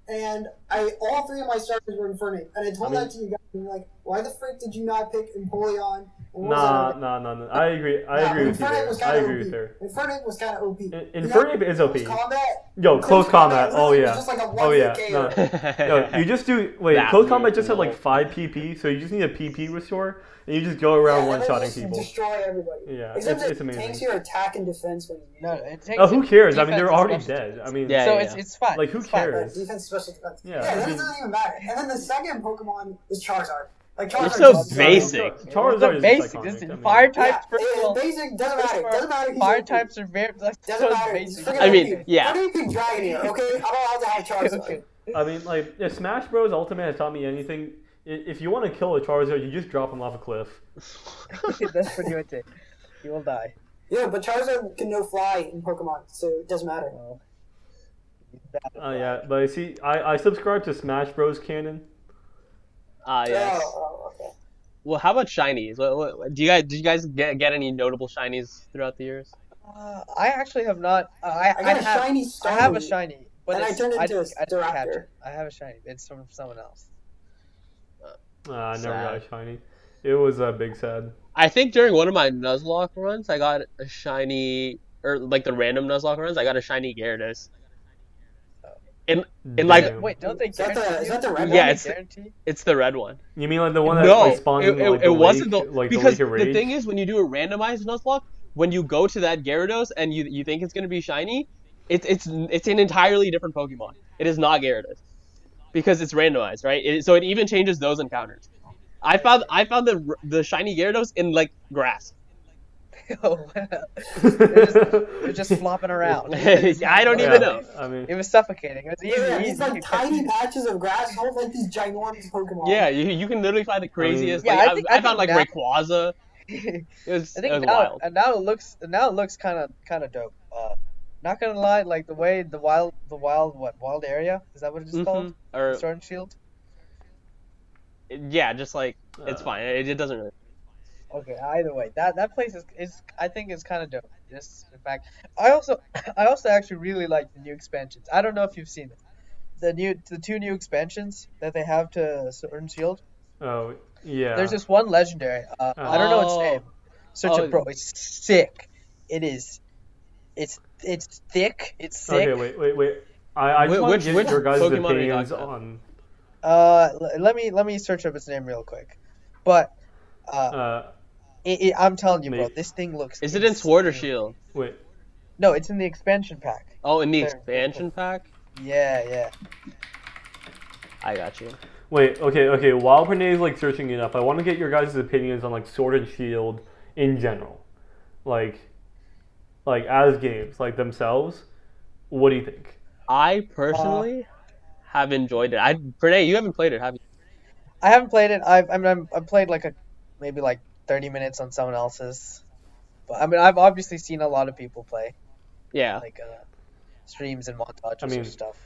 Speaker 3: And I all three of my starters were Infernape. And I told
Speaker 2: I mean-
Speaker 3: that to you guys, and you're like, why the frick did you not pick Empoleon? And what was
Speaker 2: Nah,
Speaker 3: that other-
Speaker 2: nah, nah, nah. I agree. I
Speaker 3: Nah,
Speaker 2: agree with you
Speaker 3: Infernape
Speaker 2: there.
Speaker 3: was
Speaker 2: I
Speaker 3: kinda
Speaker 2: agree
Speaker 3: OP.
Speaker 2: with there.
Speaker 3: Infernape was kind of OP. You know,
Speaker 2: Infernape is OP.
Speaker 3: close combat.
Speaker 2: Yo, close combat. Oh
Speaker 3: literally was
Speaker 2: yeah.
Speaker 3: Just like a
Speaker 2: Oh yeah.
Speaker 3: one-hit KO.
Speaker 1: [laughs]
Speaker 2: No. No, you just do wait.
Speaker 1: Nah,
Speaker 2: close
Speaker 1: dude,
Speaker 2: combat just had
Speaker 1: no.
Speaker 2: like five PP, so you just need a PP restore, and you just go around
Speaker 3: Yeah,
Speaker 2: one
Speaker 3: and then
Speaker 2: shotting
Speaker 3: just
Speaker 2: people.
Speaker 3: Destroy everybody.
Speaker 2: Yeah,
Speaker 3: Except
Speaker 2: it's-
Speaker 3: it
Speaker 2: it's amazing.
Speaker 3: tanks your attack and defense when you
Speaker 4: No,
Speaker 3: no,
Speaker 4: it takes
Speaker 2: Oh, who cares? I mean,
Speaker 4: defense
Speaker 2: they're
Speaker 4: and
Speaker 2: already
Speaker 4: special
Speaker 2: dead.
Speaker 4: defense.
Speaker 2: I mean,
Speaker 1: Yeah,
Speaker 4: so
Speaker 1: yeah,
Speaker 4: it's
Speaker 1: yeah.
Speaker 4: it's fine.
Speaker 2: Like, who
Speaker 4: it's fine.
Speaker 2: cares?
Speaker 3: defense special defense.
Speaker 2: Yeah,
Speaker 3: Yeah, that
Speaker 2: I mean-
Speaker 3: doesn't even matter. And then the second Pokemon is Charizard. Like
Speaker 1: You're
Speaker 3: Charizard's
Speaker 1: so
Speaker 3: just-
Speaker 1: basic.
Speaker 2: Charizard
Speaker 4: They're
Speaker 2: is
Speaker 4: basic.
Speaker 2: iconic,
Speaker 4: This is
Speaker 2: I mean.
Speaker 4: fire
Speaker 3: Yeah,
Speaker 4: types. First of
Speaker 3: it-
Speaker 4: all,
Speaker 3: basic doesn't
Speaker 4: first
Speaker 3: matter.
Speaker 4: of all,
Speaker 3: Doesn't matter. if he's
Speaker 4: Fire
Speaker 3: OP.
Speaker 4: types are very like
Speaker 3: Doesn't
Speaker 4: so
Speaker 3: matter.
Speaker 4: basic.
Speaker 3: Freaking
Speaker 1: I mean,
Speaker 3: OP.
Speaker 1: yeah.
Speaker 3: Freaking Pink Dragonair, okay? I'm allowed to have Charizard.
Speaker 4: [laughs] Okay.
Speaker 2: I mean, like, if Smash Bros. Ultimate has taught me anything, i- if you want to kill a Charizard, you just drop him off a cliff.
Speaker 4: That's pretty much it. You will die.
Speaker 3: Yeah, but Charizard can no fly in Pokemon, so it doesn't matter.
Speaker 4: Well, he's
Speaker 2: Oh,
Speaker 4: bad.
Speaker 2: yeah, but I see, I, I subscribe to Smash Bros. canon.
Speaker 1: Ah, yes.
Speaker 3: Oh, oh, okay.
Speaker 1: Well, how about shinies? What, what, what- do you guys did you guys get, get any notable shinies throughout the years?
Speaker 4: Uh, I actually have not. Uh, I
Speaker 3: I
Speaker 4: I,
Speaker 3: got a
Speaker 4: have,
Speaker 3: shiny Starmie.
Speaker 4: I have a shiny, but
Speaker 3: and I
Speaker 4: it's-
Speaker 3: turned
Speaker 4: I
Speaker 3: into a
Speaker 4: didn't- I didn't catch
Speaker 3: Staraptor.
Speaker 4: it. I have a shiny. It's from someone else.
Speaker 2: Uh, I never
Speaker 1: Sad.
Speaker 2: got a shiny. It was a uh, big sad.
Speaker 1: I think during one of my Nuzlocke runs, I got a shiny, or like the random Nuzlocke runs, I got a shiny Gyarados. And, like-
Speaker 2: Damn.
Speaker 4: Wait, don't they
Speaker 3: Is that the-
Speaker 4: guarantee?
Speaker 3: is that the
Speaker 4: you?
Speaker 3: red
Speaker 4: Don't
Speaker 1: Yeah,
Speaker 4: they
Speaker 1: it's the-
Speaker 4: guarantee. [laughs]
Speaker 1: It's the red one.
Speaker 2: you mean like the one that
Speaker 1: no,
Speaker 2: like, spawned
Speaker 1: it,
Speaker 2: in, like,
Speaker 1: it- it
Speaker 2: the
Speaker 1: wasn't
Speaker 2: lake,
Speaker 1: the
Speaker 2: like
Speaker 1: because
Speaker 2: the lake of
Speaker 1: the
Speaker 2: rage?
Speaker 1: thing is when you do a randomized Nuzlocke, when you go to that Gyarados and you you think it's gonna be shiny, it's it's it's an entirely different Pokemon. It is not Gyarados because it's randomized, right? It, so it even changes those encounters. I found I found the the shiny Gyarados in like grass.
Speaker 4: Oh, wow. they're
Speaker 2: [laughs]
Speaker 4: just- they're just flopping
Speaker 1: [laughs]
Speaker 4: around.
Speaker 1: I don't
Speaker 2: yeah,
Speaker 1: even know.
Speaker 2: I mean,
Speaker 4: It was suffocating. It was easy.
Speaker 3: Yeah,
Speaker 4: easy.
Speaker 3: these like
Speaker 4: [laughs]
Speaker 3: tiny patches of grass hold like these ginormous Pokemon.
Speaker 1: Yeah, you, you can literally find the craziest.
Speaker 4: Yeah,
Speaker 1: like,
Speaker 4: I
Speaker 1: I,
Speaker 4: think-
Speaker 1: I,
Speaker 4: I
Speaker 1: found like
Speaker 4: think
Speaker 1: Rayquaza. It was,
Speaker 4: [laughs]
Speaker 1: it
Speaker 4: I think
Speaker 1: was
Speaker 4: now,
Speaker 1: wild.
Speaker 4: and now it looks now it looks kind of kind of dope. Uh, not gonna lie, like the way the wild the wild what wild area is that what it's
Speaker 2: Mm-hmm.
Speaker 4: called?
Speaker 1: Mhm. Or
Speaker 4: Sword and Shield.
Speaker 1: yeah, just like it's
Speaker 2: Uh,
Speaker 1: fine. It, it doesn't really.
Speaker 4: Okay, either way, that that place is is I think is kind of dope. Just in fact, I also [laughs] I also actually really like the new expansions. I don't know if you've seen it. The new the two new expansions that they have to Sword and Shield.
Speaker 2: oh yeah.
Speaker 4: There's this one legendary. Uh,
Speaker 2: Oh.
Speaker 4: I don't know its
Speaker 1: Oh.
Speaker 4: name. Search
Speaker 1: Oh.
Speaker 4: it, bro. It's sick. It is. It's it's thick. It's sick.
Speaker 2: Okay, wait, wait, wait. I, I
Speaker 1: Whi-
Speaker 2: just want
Speaker 1: which-
Speaker 2: to get
Speaker 1: which
Speaker 2: your guys'
Speaker 1: Pokemon are you
Speaker 2: opinions
Speaker 1: talking about?
Speaker 2: on.
Speaker 4: Uh, l- let me let me search up its name real quick. But uh,
Speaker 2: Uh,
Speaker 4: it, it, I'm telling you, bro,
Speaker 2: Nate.
Speaker 4: this thing looks.
Speaker 1: Is it in Sword or
Speaker 4: insane.
Speaker 1: Shield?
Speaker 2: wait.
Speaker 4: No, it's in the expansion pack.
Speaker 1: Oh, in the
Speaker 4: There.
Speaker 1: expansion pack.
Speaker 4: Yeah, yeah.
Speaker 1: I got you.
Speaker 2: Wait, okay, okay. While Brene's like searching it up, I want to get your guys' opinions on like Sword and Shield in general, like, like as games, like themselves. What do you think?
Speaker 1: I
Speaker 4: Uh,
Speaker 1: personally have enjoyed it. I Renee, you haven't played it, have you?
Speaker 4: I haven't played it. I've I mean, I'm, I've played like a maybe like 30 minutes on someone else's. But I mean, I've obviously seen a lot of people play
Speaker 1: Yeah.
Speaker 4: like uh, streams and montages
Speaker 2: I mean-
Speaker 4: and stuff.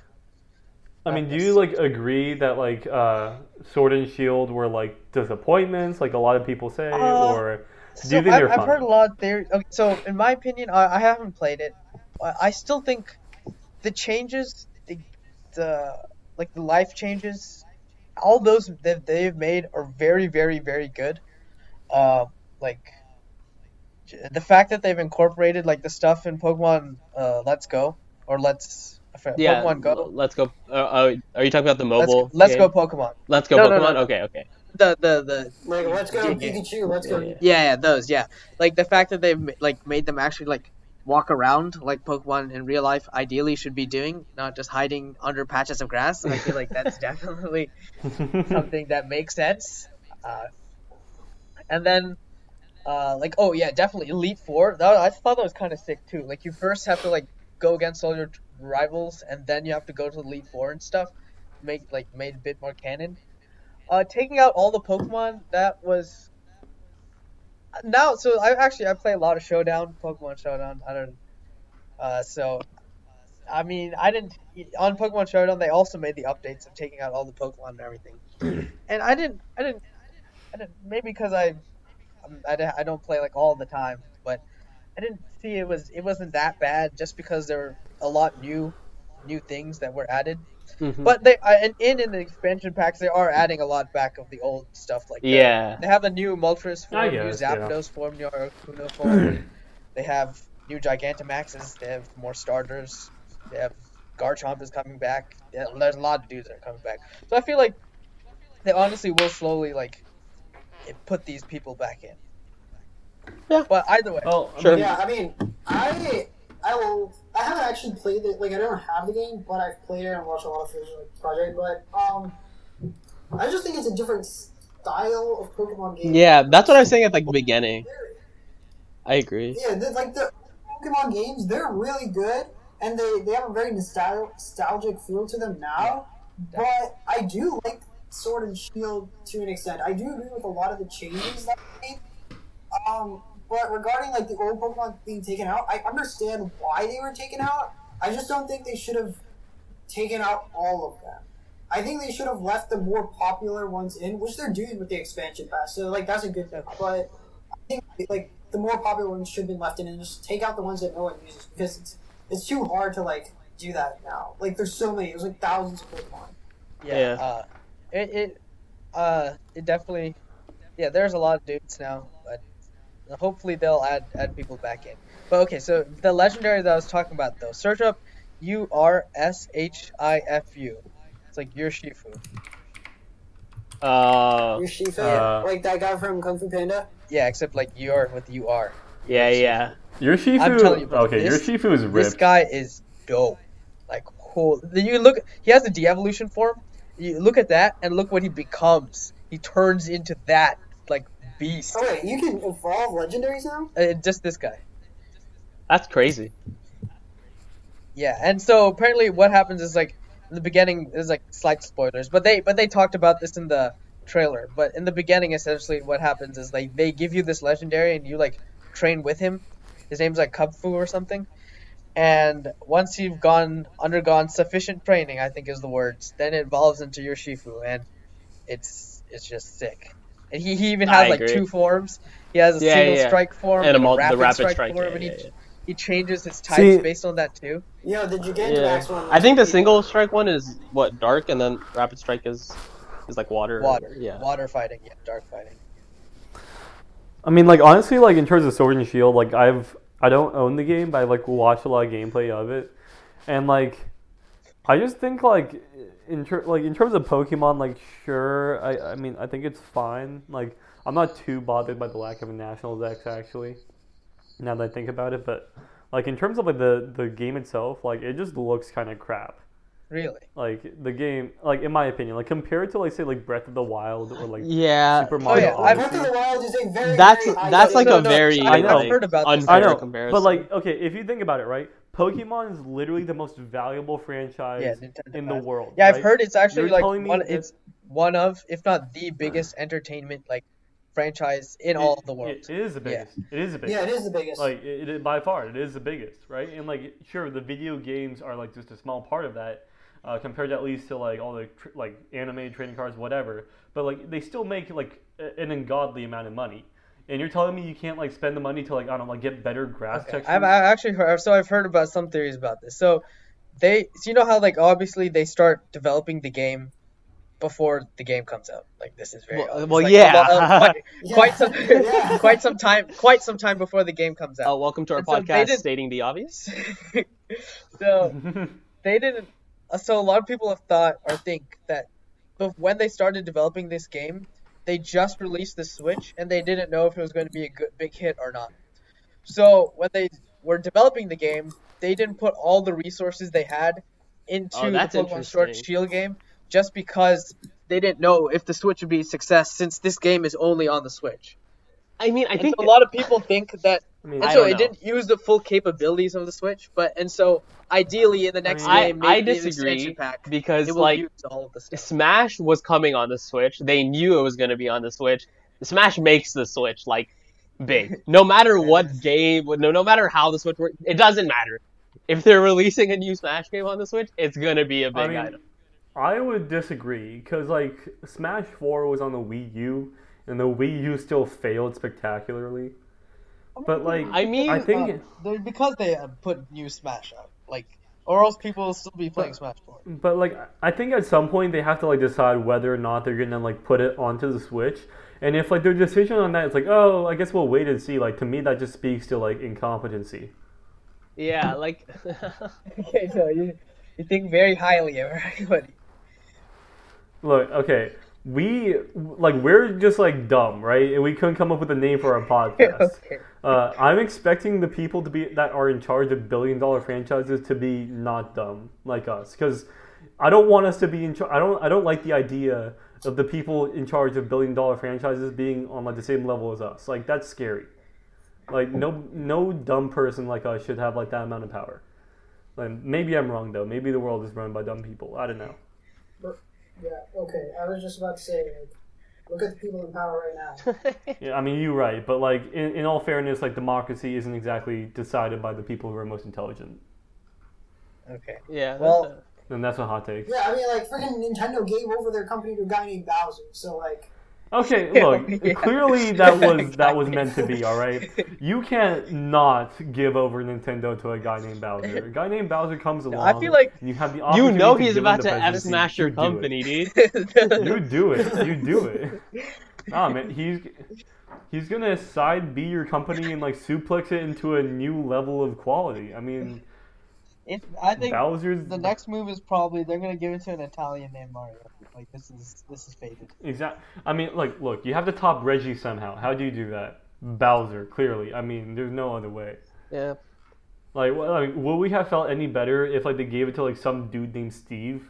Speaker 2: I mean, do
Speaker 4: Uh, yes.
Speaker 2: you like agree that like uh, Sword and Shield were like disappointments, like a lot of people say,
Speaker 4: Uh,
Speaker 2: or [laughs]
Speaker 4: So
Speaker 2: Do you think
Speaker 4: I've,
Speaker 2: they're
Speaker 4: I've
Speaker 2: fun?
Speaker 4: heard a lot of theory. Okay, so in my opinion, I, I haven't played it. I, I still think the changes, the, the like the life changes, all those that they've made are very, very, very good. Uh, like j- the fact that they've incorporated like the stuff in Pokemon uh, Let's Go or Let's I forgot-
Speaker 1: Yeah.
Speaker 4: Pokemon Go.
Speaker 1: l- Let's go. Uh, uh, are you talking about the
Speaker 4: Let's,
Speaker 1: mobile?
Speaker 4: let's
Speaker 1: game?
Speaker 4: go Pokemon.
Speaker 1: Let's go
Speaker 4: No, no,
Speaker 1: Pokemon.
Speaker 4: no, no.
Speaker 1: Okay, okay.
Speaker 4: The the the
Speaker 3: Like, let's go,
Speaker 4: Yeah.
Speaker 3: Pikachu. Let's go.
Speaker 1: Yeah, yeah.
Speaker 4: Yeah, yeah, those, yeah. Like the fact that they've like made them actually like walk around like Pokemon in real life ideally should be doing, not just hiding under patches of grass. I feel like that's definitely something that makes sense. Uh, and then, uh, like, oh yeah, definitely Elite Four. That, I thought that was kind of sick too. Like, you first have to like go against all your rivals, and then you have to go to Elite Four and stuff. Make like made a bit more canon. Uh, taking out all the Pokemon that was. Now, so I actually I play a lot of Showdown, Pokemon Showdown. I don't. Uh, so, I mean, I didn't on Pokemon Showdown. They also made the updates of taking out all the Pokemon and everything and I didn't, I didn't, I didn't. Maybe because I, I'm- I, don't- I don't play like all the time, but I didn't see it was it wasn't that bad just because there were a lot new, new things that were added.
Speaker 1: Mhm.
Speaker 4: But they I- and in in the expansion packs they are adding a lot back of the old stuff like uh, that.
Speaker 1: yeah.
Speaker 4: They have a new Moltres
Speaker 2: I
Speaker 4: form, new
Speaker 2: guess, yeah.
Speaker 4: Zapdos form, new Articuno
Speaker 2: [clears throat]
Speaker 4: form. they have new Gigantamaxes. They have more starters. They have Garchomp is coming back. Yeah, There's a lot of dudes that are coming back. So I feel like they honestly will slowly like put these people back in.
Speaker 1: Yeah.
Speaker 4: But either way,
Speaker 2: well, I
Speaker 1: Sure.
Speaker 2: mean,
Speaker 3: Yeah, I mean, I I will. I haven't actually played it. Like, I don't have the game, but I've played it and watched a lot of Fisher Project. But um, I just think it's a different. s- style of Pokemon game.
Speaker 1: Yeah, that's what I was saying at like the beginning.
Speaker 3: They're-
Speaker 1: I agree.
Speaker 3: Yeah, they're- like the Pokemon games, they're really good, and they, they have a very nostal- nostalgic feel to them now. But I do like Sword and Shield to an extent. I do agree with a lot of the changes that they made. Um, but regarding like the old Pokemon being taken out, I understand why they were taken out. I just don't think they should have taken out all of them. I think they should have left the more popular ones in, which they're doing with the expansion pass. So like that's a good thing. But I think like the more popular ones should have been left in, and just take out the ones that no one uses because it's it's too hard to like do that now. Like there's so many. There's like thousands of Pokemon.
Speaker 4: yeah.
Speaker 1: Yeah.
Speaker 4: Uh, it, it, uh, it definitely, yeah. There's a lot of dudes now, but hopefully they'll add add people back in. But okay, so the legendary that I was talking about though, search up U R S H I F U. It's like your Shifu.
Speaker 1: Uh,
Speaker 3: Your Shifu,
Speaker 2: Uh,
Speaker 3: like that guy from Kung Fu Panda.
Speaker 4: Yeah, except like your with U R.
Speaker 1: yeah, yeah.
Speaker 2: Your Shifu.
Speaker 4: I'm telling you, bro,
Speaker 2: okay,
Speaker 4: this-
Speaker 2: your Shifu is
Speaker 4: This
Speaker 2: ripped.
Speaker 4: guy is dope. Like cool. You look. He has a de-evolution form. You look at that and look what he becomes. He turns into that like beast.
Speaker 3: Oh wait, you can evolve legendaries now.
Speaker 4: Uh, just this guy.
Speaker 1: That's crazy.
Speaker 4: Yeah, and so apparently what happens is like in the beginning is like slight spoilers, but they but they talked about this in the trailer. But in the beginning, essentially what happens is like they give you this legendary and you like train with him. His name's like Kung Fu or something. And once you've gone undergone sufficient training, I think is the words, then it evolves into your Shifu, and it's it's just sick. And he, he even has
Speaker 1: I
Speaker 4: like
Speaker 1: agree.
Speaker 4: two forms. He has a
Speaker 1: Yeah,
Speaker 4: single
Speaker 1: yeah.
Speaker 4: strike form
Speaker 1: And a mul- the rapid strike,
Speaker 4: form,
Speaker 1: yeah,
Speaker 4: and
Speaker 1: yeah,
Speaker 4: he,
Speaker 1: yeah.
Speaker 4: he changes his types
Speaker 2: See-
Speaker 4: based on that too.
Speaker 3: Yo, did you get the
Speaker 1: Yeah.
Speaker 3: next one?
Speaker 1: I think the single strike one is what dark, and then rapid strike is is like water.
Speaker 4: water
Speaker 1: Yeah.
Speaker 4: water fighting yeah dark fighting
Speaker 2: I mean, like honestly, like in terms of Sword and Shield, like I've I don't own the game, but I like watch a lot of gameplay of it, and like I just think like in ter- like in terms of Pokemon, like sure, I I mean I think it's fine. Like I'm not too bothered by the lack of a national Dex actually. Now that I think about it, but like in terms of like the the game itself, like it just looks kind of crap.
Speaker 4: really
Speaker 2: Like the game, like in my opinion, like compared to like say like Breath of the Wild or like
Speaker 1: Yeah.
Speaker 2: Super Mario.
Speaker 4: Oh, yeah, I've-
Speaker 3: Breath of the Wild is a very
Speaker 1: That's
Speaker 3: very high
Speaker 1: that's
Speaker 3: level.
Speaker 1: like
Speaker 4: No,
Speaker 1: a
Speaker 4: no,
Speaker 1: very
Speaker 4: I
Speaker 2: know.
Speaker 1: like,
Speaker 4: Heard about this.
Speaker 1: unfair
Speaker 2: I know,
Speaker 1: comparison.
Speaker 2: but like, okay, if you think about it, right? Pokemon is literally the most valuable franchise
Speaker 4: yeah Nintendo
Speaker 2: in the
Speaker 4: has-
Speaker 2: world.
Speaker 4: yeah i've
Speaker 2: right?
Speaker 4: heard it's actually
Speaker 2: You're
Speaker 4: like
Speaker 2: telling me
Speaker 4: one
Speaker 2: that-
Speaker 4: it's one of if not the biggest entertainment like franchise in all the world
Speaker 2: It is the
Speaker 4: Yeah.
Speaker 2: biggest. It is the biggest.
Speaker 3: Yeah, it is the biggest.
Speaker 2: Like it, it by far, it is the biggest, right? And like, sure, the video games are like just a small part of that, uh, compared at least to like all the tr- like anime trading cards, whatever. But like, they still make like a- an ungodly amount of money. And you're telling me you can't like spend the money to like I don't know, like get better grass
Speaker 4: Okay,
Speaker 2: textures?
Speaker 4: I've,
Speaker 2: [laughs]
Speaker 4: I've actually heard so i've heard about some theories about this so they so you know how like obviously they start developing the game before the game comes out like this is very
Speaker 1: Well,
Speaker 4: obvious.
Speaker 1: well,
Speaker 4: Like,
Speaker 1: yeah.
Speaker 4: a lot-
Speaker 2: [laughs]
Speaker 4: quite,
Speaker 3: Yeah.
Speaker 4: quite
Speaker 1: [laughs]
Speaker 3: [laughs]
Speaker 4: some
Speaker 3: Yeah.
Speaker 4: quite some time quite some time before the game comes
Speaker 1: Uh,
Speaker 4: out
Speaker 1: welcome to our
Speaker 4: And so they
Speaker 1: podcast,
Speaker 4: did-
Speaker 1: stating the obvious.
Speaker 2: Oh.
Speaker 4: [laughs] so they didn't. uh, So a lot of people have thought or think that, but when they started developing this game, they just released the Switch and they didn't know if it was going to be a good big hit or not. So when they were developing the game, they didn't put all the resources they had into
Speaker 1: Oh,
Speaker 4: the
Speaker 1: that's
Speaker 4: Pokemon Sword and
Speaker 1: interesting.
Speaker 4: Shield game just because they didn't know if the Switch would be a success since this game is only on the Switch.
Speaker 1: I mean, I
Speaker 4: And
Speaker 1: think
Speaker 4: so a lot of people think that
Speaker 2: I mean,
Speaker 4: and
Speaker 1: I
Speaker 4: so
Speaker 1: don't
Speaker 4: it
Speaker 1: know.
Speaker 4: didn't use the full capabilities of the Switch, but and so ideally in the next
Speaker 1: I-
Speaker 4: game,
Speaker 1: I
Speaker 4: maybe an
Speaker 1: disagree,
Speaker 4: expansion pack,
Speaker 1: because
Speaker 4: it will
Speaker 1: like
Speaker 4: use all of the stuff.
Speaker 1: Smash was coming on the Switch. They knew it was going to be on the Switch. Smash makes the Switch like [laughs] big. No matter what game, no no matter how the Switch works, it doesn't matter. If they're releasing a new Smash game on the Switch, it's going to be a big
Speaker 2: I mean,
Speaker 1: item.
Speaker 2: I would disagree because like Smash Four was on the Wii U, and the Wii U still failed spectacularly. But like,
Speaker 1: I mean,
Speaker 2: I think,
Speaker 4: they, because they uh, put new Smash out, like, or else people will still be playing Smash 4.
Speaker 2: but like, I think at some point they have to like decide whether or not they're gonna like put it onto the Switch. And if like their decision on that is like, oh, I guess we'll wait and see. Like to me, that just speaks to like incompetency.
Speaker 1: yeah, [laughs] like
Speaker 4: [laughs] Okay, so you, you think very highly of everybody. [laughs]
Speaker 2: Look, okay, we like we're just like dumb, right? And we couldn't come up with a name for our podcast.
Speaker 4: okay.
Speaker 2: Uh, I'm expecting the people to be that are in charge of billion dollar franchises to be not dumb like us, because I don't want us to be in. Char- I don't. I don't like the idea of the people in charge of billion dollar franchises being on like the same level as us. Like that's scary. Like no no dumb person like us should have like that amount of power. Like maybe I'm wrong though. Maybe the world is run by dumb people. I don't know.
Speaker 3: Yeah, okay. I was just about to say, like, look at the people in power right now.
Speaker 2: Yeah, I mean you're right, but like in, in all fairness, like democracy isn't exactly decided by the people who are most intelligent.
Speaker 4: Okay.
Speaker 1: Yeah. that's
Speaker 4: Well,
Speaker 1: a-
Speaker 2: And that's a hot take.
Speaker 3: Yeah, I mean, like, freaking Nintendo gave over their company to a guy named Bowser, so, like,
Speaker 2: Okay,
Speaker 4: [laughs] Yeah,
Speaker 2: look,
Speaker 4: yeah.
Speaker 2: clearly that was
Speaker 4: [laughs]
Speaker 2: that was
Speaker 4: Exactly.
Speaker 2: meant to be, all right? You can't not give over Nintendo to a guy named Bowser. A guy named Bowser comes
Speaker 4: No,
Speaker 2: along.
Speaker 4: I feel like-
Speaker 2: and you have the
Speaker 1: you
Speaker 2: opportunity
Speaker 1: know
Speaker 2: to
Speaker 1: he's
Speaker 2: give him
Speaker 1: about
Speaker 2: the
Speaker 1: to F
Speaker 2: presidency.
Speaker 1: smash your
Speaker 2: You do it.
Speaker 1: company, dude. [laughs]
Speaker 2: You do it. You do
Speaker 4: [laughs]
Speaker 2: it. Nah, man, he's he's gonna side B your company and like suplex it into a new level of quality. I mean,
Speaker 4: If, I think
Speaker 2: Bowser's
Speaker 4: the next move is probably they're gonna give it to an Italian named Mario. Like this is this is faded.
Speaker 2: Exactly. I mean, like, look, you have to top Reggie somehow. How do you do that? Bowser, clearly. I mean, there's no other way.
Speaker 1: Yeah.
Speaker 2: Like, well, I mean, would we have felt any better if like they gave it to like some dude named Steve?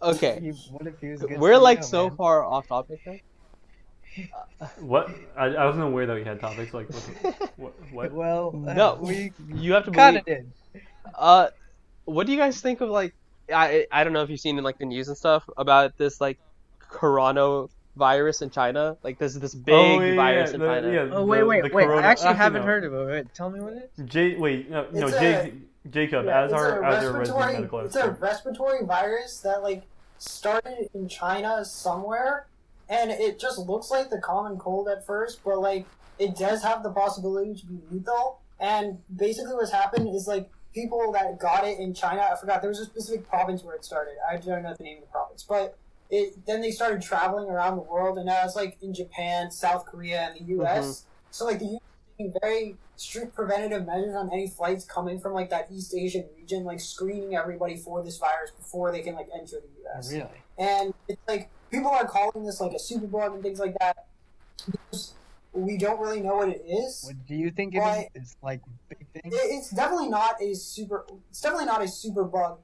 Speaker 1: Okay.
Speaker 4: You- what if he was a good
Speaker 1: We're like
Speaker 4: CEO,
Speaker 1: so
Speaker 4: man?
Speaker 1: far off topic now.
Speaker 2: What? I, I wasn't aware that we had topics like what?
Speaker 1: [laughs]
Speaker 2: What? what?
Speaker 4: Well, uh,
Speaker 1: No.
Speaker 4: we
Speaker 1: You have to
Speaker 4: kind
Speaker 1: believe.
Speaker 4: of did.
Speaker 1: Uh, what do you guys think of like? I I don't know if you've seen in like the news and stuff about this like coronavirus in China. Like this this big
Speaker 2: Oh, yeah, yeah,
Speaker 1: virus
Speaker 2: yeah,
Speaker 1: in
Speaker 2: the-
Speaker 1: China.
Speaker 2: yeah,
Speaker 4: Oh
Speaker 2: the-
Speaker 4: wait, wait,
Speaker 2: the
Speaker 4: wait!
Speaker 2: corona- Ah,
Speaker 4: I actually, haven't
Speaker 2: no.
Speaker 4: heard of it. Wait, tell me what it is.
Speaker 2: J- wait, no, no,
Speaker 3: It's
Speaker 2: Jake, Jacob,
Speaker 3: yeah,
Speaker 2: as
Speaker 3: it's
Speaker 2: our
Speaker 3: a
Speaker 2: as our resident
Speaker 3: respiratory,
Speaker 2: medical
Speaker 3: it's a
Speaker 2: expert.
Speaker 3: respiratory virus that, like, started in China somewhere, and it just looks like the common cold at first, but, like, it does have the possibility to be lethal, and basically what's happened is, like, people that got it in China, I forgot, there was a specific province where it started. I don't know the name of the province, but it, then they started traveling around the world, and now it's like in Japan, South Korea, and the
Speaker 2: Mm-hmm.
Speaker 3: U.S. So like the U.S. is taking very strict preventative measures on any flights coming from like that East Asian region, like screening everybody for this virus before they can like enter the U.S.
Speaker 4: Really?
Speaker 3: And it's like people are calling this like a superbug and things like that because we don't really know what it is.
Speaker 4: What, do you think it is?
Speaker 3: Why-
Speaker 4: It's like big thing.
Speaker 3: It- it's definitely not a super. It's definitely not a super bug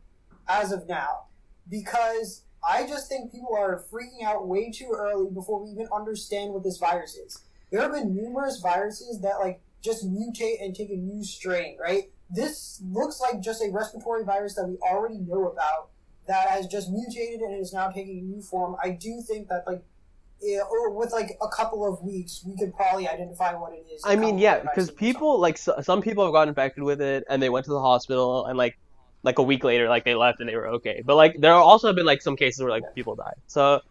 Speaker 3: as of now because I just think people are freaking out way too early before we even understand what this virus is. There have been numerous viruses that like just mutate and take a new strain, right? This looks like just a respiratory virus that we already know about that has just mutated and is now taking a new form. I do think that like. Yeah, or with like a couple of weeks, we could probably identify what it is.
Speaker 1: I mean,
Speaker 3: Couple
Speaker 1: yeah,
Speaker 3: of
Speaker 1: because
Speaker 3: vaccines or something.
Speaker 1: people like so, some people have gotten infected with it and they went to the hospital and like like a week later like they left and they were okay. But like there also have been like some cases where like people died. So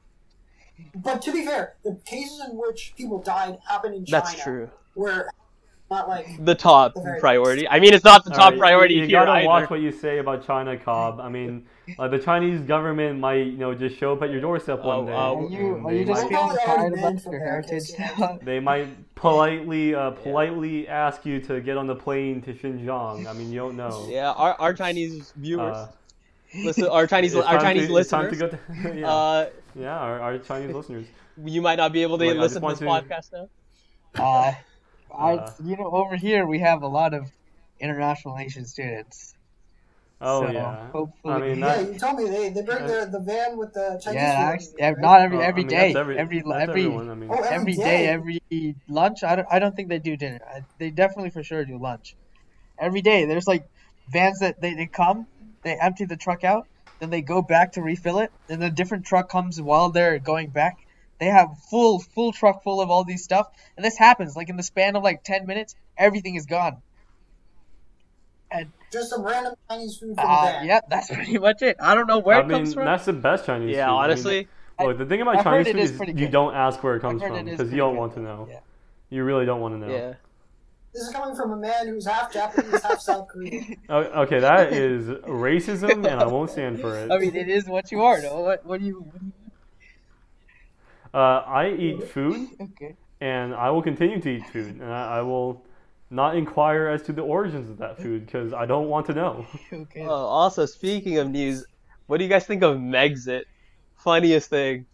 Speaker 3: But to be fair, the cases in which people died happened in China.
Speaker 1: that's true.
Speaker 3: Where not like
Speaker 1: The top
Speaker 3: Alright.
Speaker 1: priority. I mean, it's not the
Speaker 2: All
Speaker 1: top
Speaker 2: right,
Speaker 1: priority
Speaker 2: You, you
Speaker 1: here
Speaker 2: gotta
Speaker 1: either.
Speaker 2: watch what you say about China, Cobb. I mean, uh, the Chinese government might, you know, just show up at your doorstep
Speaker 1: Oh,
Speaker 2: one day.
Speaker 1: oh,
Speaker 4: Are you
Speaker 2: and
Speaker 4: are
Speaker 2: they
Speaker 4: you just
Speaker 2: might-
Speaker 3: Well,
Speaker 4: feeling
Speaker 3: I
Speaker 4: tired
Speaker 3: already
Speaker 4: about
Speaker 3: meant for
Speaker 4: your
Speaker 3: that,
Speaker 4: heritage
Speaker 3: okay.
Speaker 4: now?
Speaker 1: [laughs]
Speaker 2: They might politely, uh, politely ask you to get on the plane to Xinjiang. I mean, you don't know.
Speaker 1: Yeah, our, our Chinese viewers,
Speaker 2: Uh,
Speaker 1: listen, our Chinese
Speaker 2: it's
Speaker 1: our
Speaker 2: time
Speaker 1: Chinese
Speaker 2: to, it's time
Speaker 1: listeners.
Speaker 2: to go to- [laughs] yeah,
Speaker 1: Uh,
Speaker 2: yeah, our, our Chinese listeners.
Speaker 1: you might not be able to
Speaker 2: Like, I
Speaker 1: listen to this
Speaker 2: just want to-
Speaker 1: podcast now.
Speaker 4: [laughs] Uh, I,
Speaker 2: Uh.
Speaker 4: you know, over here we have a lot of international Asian students.
Speaker 2: Oh
Speaker 4: so
Speaker 2: yeah.
Speaker 4: Hopefully,
Speaker 2: I mean,
Speaker 3: yeah,
Speaker 2: that-
Speaker 3: you told me they, they bring their the van with the Chinese.
Speaker 4: yeah,
Speaker 3: food,
Speaker 4: actually, yeah,
Speaker 3: right?
Speaker 4: not every
Speaker 2: Uh, I
Speaker 4: every
Speaker 2: mean,
Speaker 4: day,
Speaker 2: that's every,
Speaker 4: every
Speaker 2: that's
Speaker 4: every
Speaker 2: everyone. I mean,
Speaker 3: Oh,
Speaker 4: every day, every lunch. I don't, I don't think they do dinner. I, they definitely for sure do lunch. Every day, there's like vans that they, they come, they empty the truck out, then they go back to refill it, then a different truck comes while they're going back. They have full full truck full of all these stuff, and this happens like in the span of like ten minutes, everything is gone.
Speaker 3: just some random Chinese food from the
Speaker 4: Uh,
Speaker 3: van.
Speaker 4: yep, that's [laughs] pretty much it. I don't know where
Speaker 2: I
Speaker 4: it
Speaker 2: mean,
Speaker 4: comes from.
Speaker 2: that's the best Chinese.
Speaker 1: Yeah,
Speaker 2: food. I mean,
Speaker 1: honestly,
Speaker 2: look, the thing about
Speaker 4: I've heard
Speaker 2: Chinese
Speaker 4: it
Speaker 2: food
Speaker 4: is
Speaker 2: is
Speaker 4: pretty
Speaker 2: you
Speaker 4: good.
Speaker 2: don't ask where it comes
Speaker 4: heard it
Speaker 2: from
Speaker 4: is
Speaker 2: because you
Speaker 4: pretty
Speaker 2: don't
Speaker 4: good.
Speaker 2: want to know.
Speaker 4: Yeah.
Speaker 2: You really don't want to know.
Speaker 1: yeah.
Speaker 3: This is coming from a man who's half Japanese, half South
Speaker 4: [laughs]
Speaker 3: Korean.
Speaker 2: O- Okay, that is racism, and I won't stand for it.
Speaker 4: I mean, it is what you are. No, what what do you? [laughs] What do
Speaker 2: uh, I eat food,
Speaker 4: you okay.
Speaker 2: and I will continue to eat food, and I, I will not inquire as to the origins of that food because I don't want to know.
Speaker 4: Okay.
Speaker 1: Oh, also, speaking of news, what do you guys think of Megxit? Funniest thing.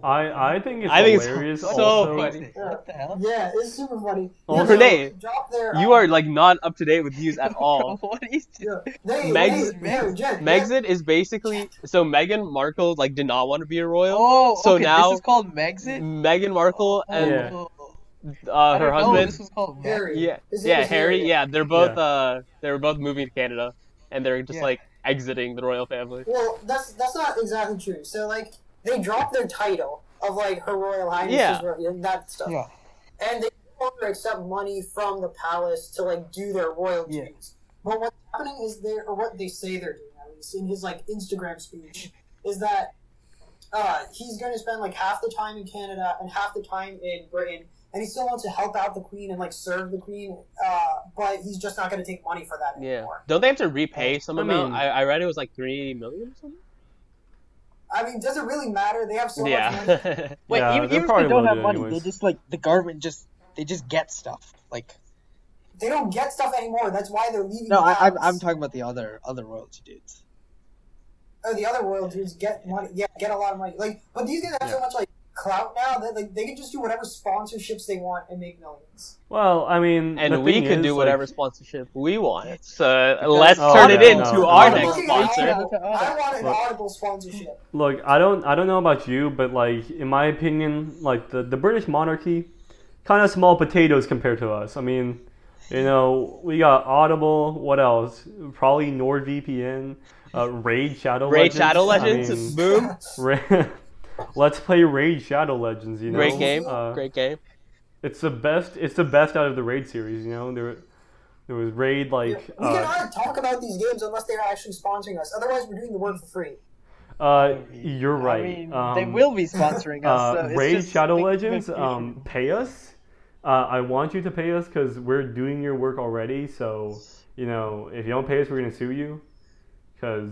Speaker 2: I I think it's
Speaker 1: I think it's
Speaker 2: hilarious.
Speaker 1: so
Speaker 2: also,
Speaker 1: funny.
Speaker 4: What the hell?
Speaker 3: Yeah, it's super funny.
Speaker 2: Also-
Speaker 1: Renee,
Speaker 3: drop their,
Speaker 1: Oh,
Speaker 3: uh,
Speaker 1: You are like not up to date with news at all.
Speaker 4: [laughs] what are you doing?
Speaker 3: Yeah. They,
Speaker 1: Meg's-
Speaker 3: they, no, Jen, Jen,
Speaker 1: Megxit is basically so Meghan Markle like did not want to be a royal.
Speaker 4: Oh,
Speaker 1: So
Speaker 4: okay,
Speaker 1: now-
Speaker 4: this is Oh. called Megxit?
Speaker 1: Meghan Markle and
Speaker 2: Oh, Yeah.
Speaker 1: uh, her
Speaker 4: Oh,
Speaker 1: husband.
Speaker 4: this was called Meg-
Speaker 3: Harry.
Speaker 1: Yeah,
Speaker 3: His name
Speaker 1: yeah,
Speaker 3: is
Speaker 1: Harry. Yeah, they're both
Speaker 2: Yeah.
Speaker 1: uh they were both moving to Canada, and they're just
Speaker 4: Yeah.
Speaker 1: like exiting the royal family.
Speaker 3: Well, that's that's not exactly true. So like they dropped their title of like Her Royal Highness
Speaker 1: Yeah.
Speaker 3: that stuff,
Speaker 4: Yeah.
Speaker 3: and they no longer accept money from the palace to like do their royal
Speaker 4: Yeah.
Speaker 3: duties. But what's happening is they or what they say they're doing at least in his like Instagram speech is that uh, he's going to spend like half the time in Canada and half the time in Britain. And he still wants to help out the queen and like serve the queen, uh, but he's just not going to take money for that
Speaker 1: Yeah,
Speaker 3: anymore.
Speaker 1: don't they have to repay some
Speaker 2: I
Speaker 1: amount?
Speaker 2: mean-
Speaker 1: I, I read it was like three million or something.
Speaker 3: I mean, does it really matter? They have so much money.
Speaker 1: [laughs] yeah,
Speaker 4: Wait,
Speaker 2: Yeah,
Speaker 4: even,
Speaker 2: they
Speaker 4: even if
Speaker 2: probably
Speaker 4: they don't
Speaker 2: won't
Speaker 4: have
Speaker 2: do it
Speaker 4: money,
Speaker 2: anyways.
Speaker 4: they just like the government just they just get stuff. Like
Speaker 3: They don't get stuff anymore. That's why they're leaving.
Speaker 4: no,
Speaker 3: the
Speaker 4: I, I'm
Speaker 3: palace.
Speaker 4: I'm talking about the other other royalty dudes.
Speaker 3: Oh, the other world dudes get money. Yeah, get a lot of money. Like, but these guys have so much like clout now that like they can just do whatever sponsorships they want and make millions.
Speaker 2: Well, I mean, the
Speaker 1: and we
Speaker 2: thing
Speaker 1: can
Speaker 2: is,
Speaker 1: do
Speaker 2: like-
Speaker 1: whatever sponsorship we want. So uh, let's
Speaker 2: Oh,
Speaker 1: turn it
Speaker 2: no,
Speaker 1: into
Speaker 2: no,
Speaker 1: our
Speaker 2: no.
Speaker 1: next
Speaker 3: Looking at
Speaker 1: sponsor.
Speaker 3: Audible, I want an
Speaker 2: Look. [laughs]
Speaker 3: Audible sponsorship.
Speaker 2: Look, I don't I don't know about you, but like in my opinion, like the, the British monarchy, kind of small potatoes compared to us. I mean, you know, we got Audible. What else? Probably NordVPN, uh, Raid Shadow
Speaker 1: Raid
Speaker 2: Legends.
Speaker 1: Shadow
Speaker 2: I
Speaker 1: Legends,
Speaker 2: mean,
Speaker 3: [laughs]
Speaker 1: boom,
Speaker 2: Ra- [laughs] Let's play Raid Shadow Legends. You know,
Speaker 1: great game,
Speaker 2: Uh,
Speaker 1: great game.
Speaker 2: It's the best. It's the best out of the Raid series. You know, there there was Raid like
Speaker 3: we
Speaker 2: uh,
Speaker 3: cannot talk about these games unless they're actually sponsoring us. Otherwise, we're doing the work for free.
Speaker 2: uh you're right.
Speaker 4: I mean,
Speaker 2: um,
Speaker 4: they will be sponsoring us. so
Speaker 2: uh,
Speaker 4: it's
Speaker 2: Raid
Speaker 4: just
Speaker 2: Shadow
Speaker 4: big
Speaker 2: Legends,
Speaker 4: confusion.
Speaker 2: um, pay us. Uh, I want you to pay us because we're doing your work already. So, you know, if you don't pay us, we're going to sue you because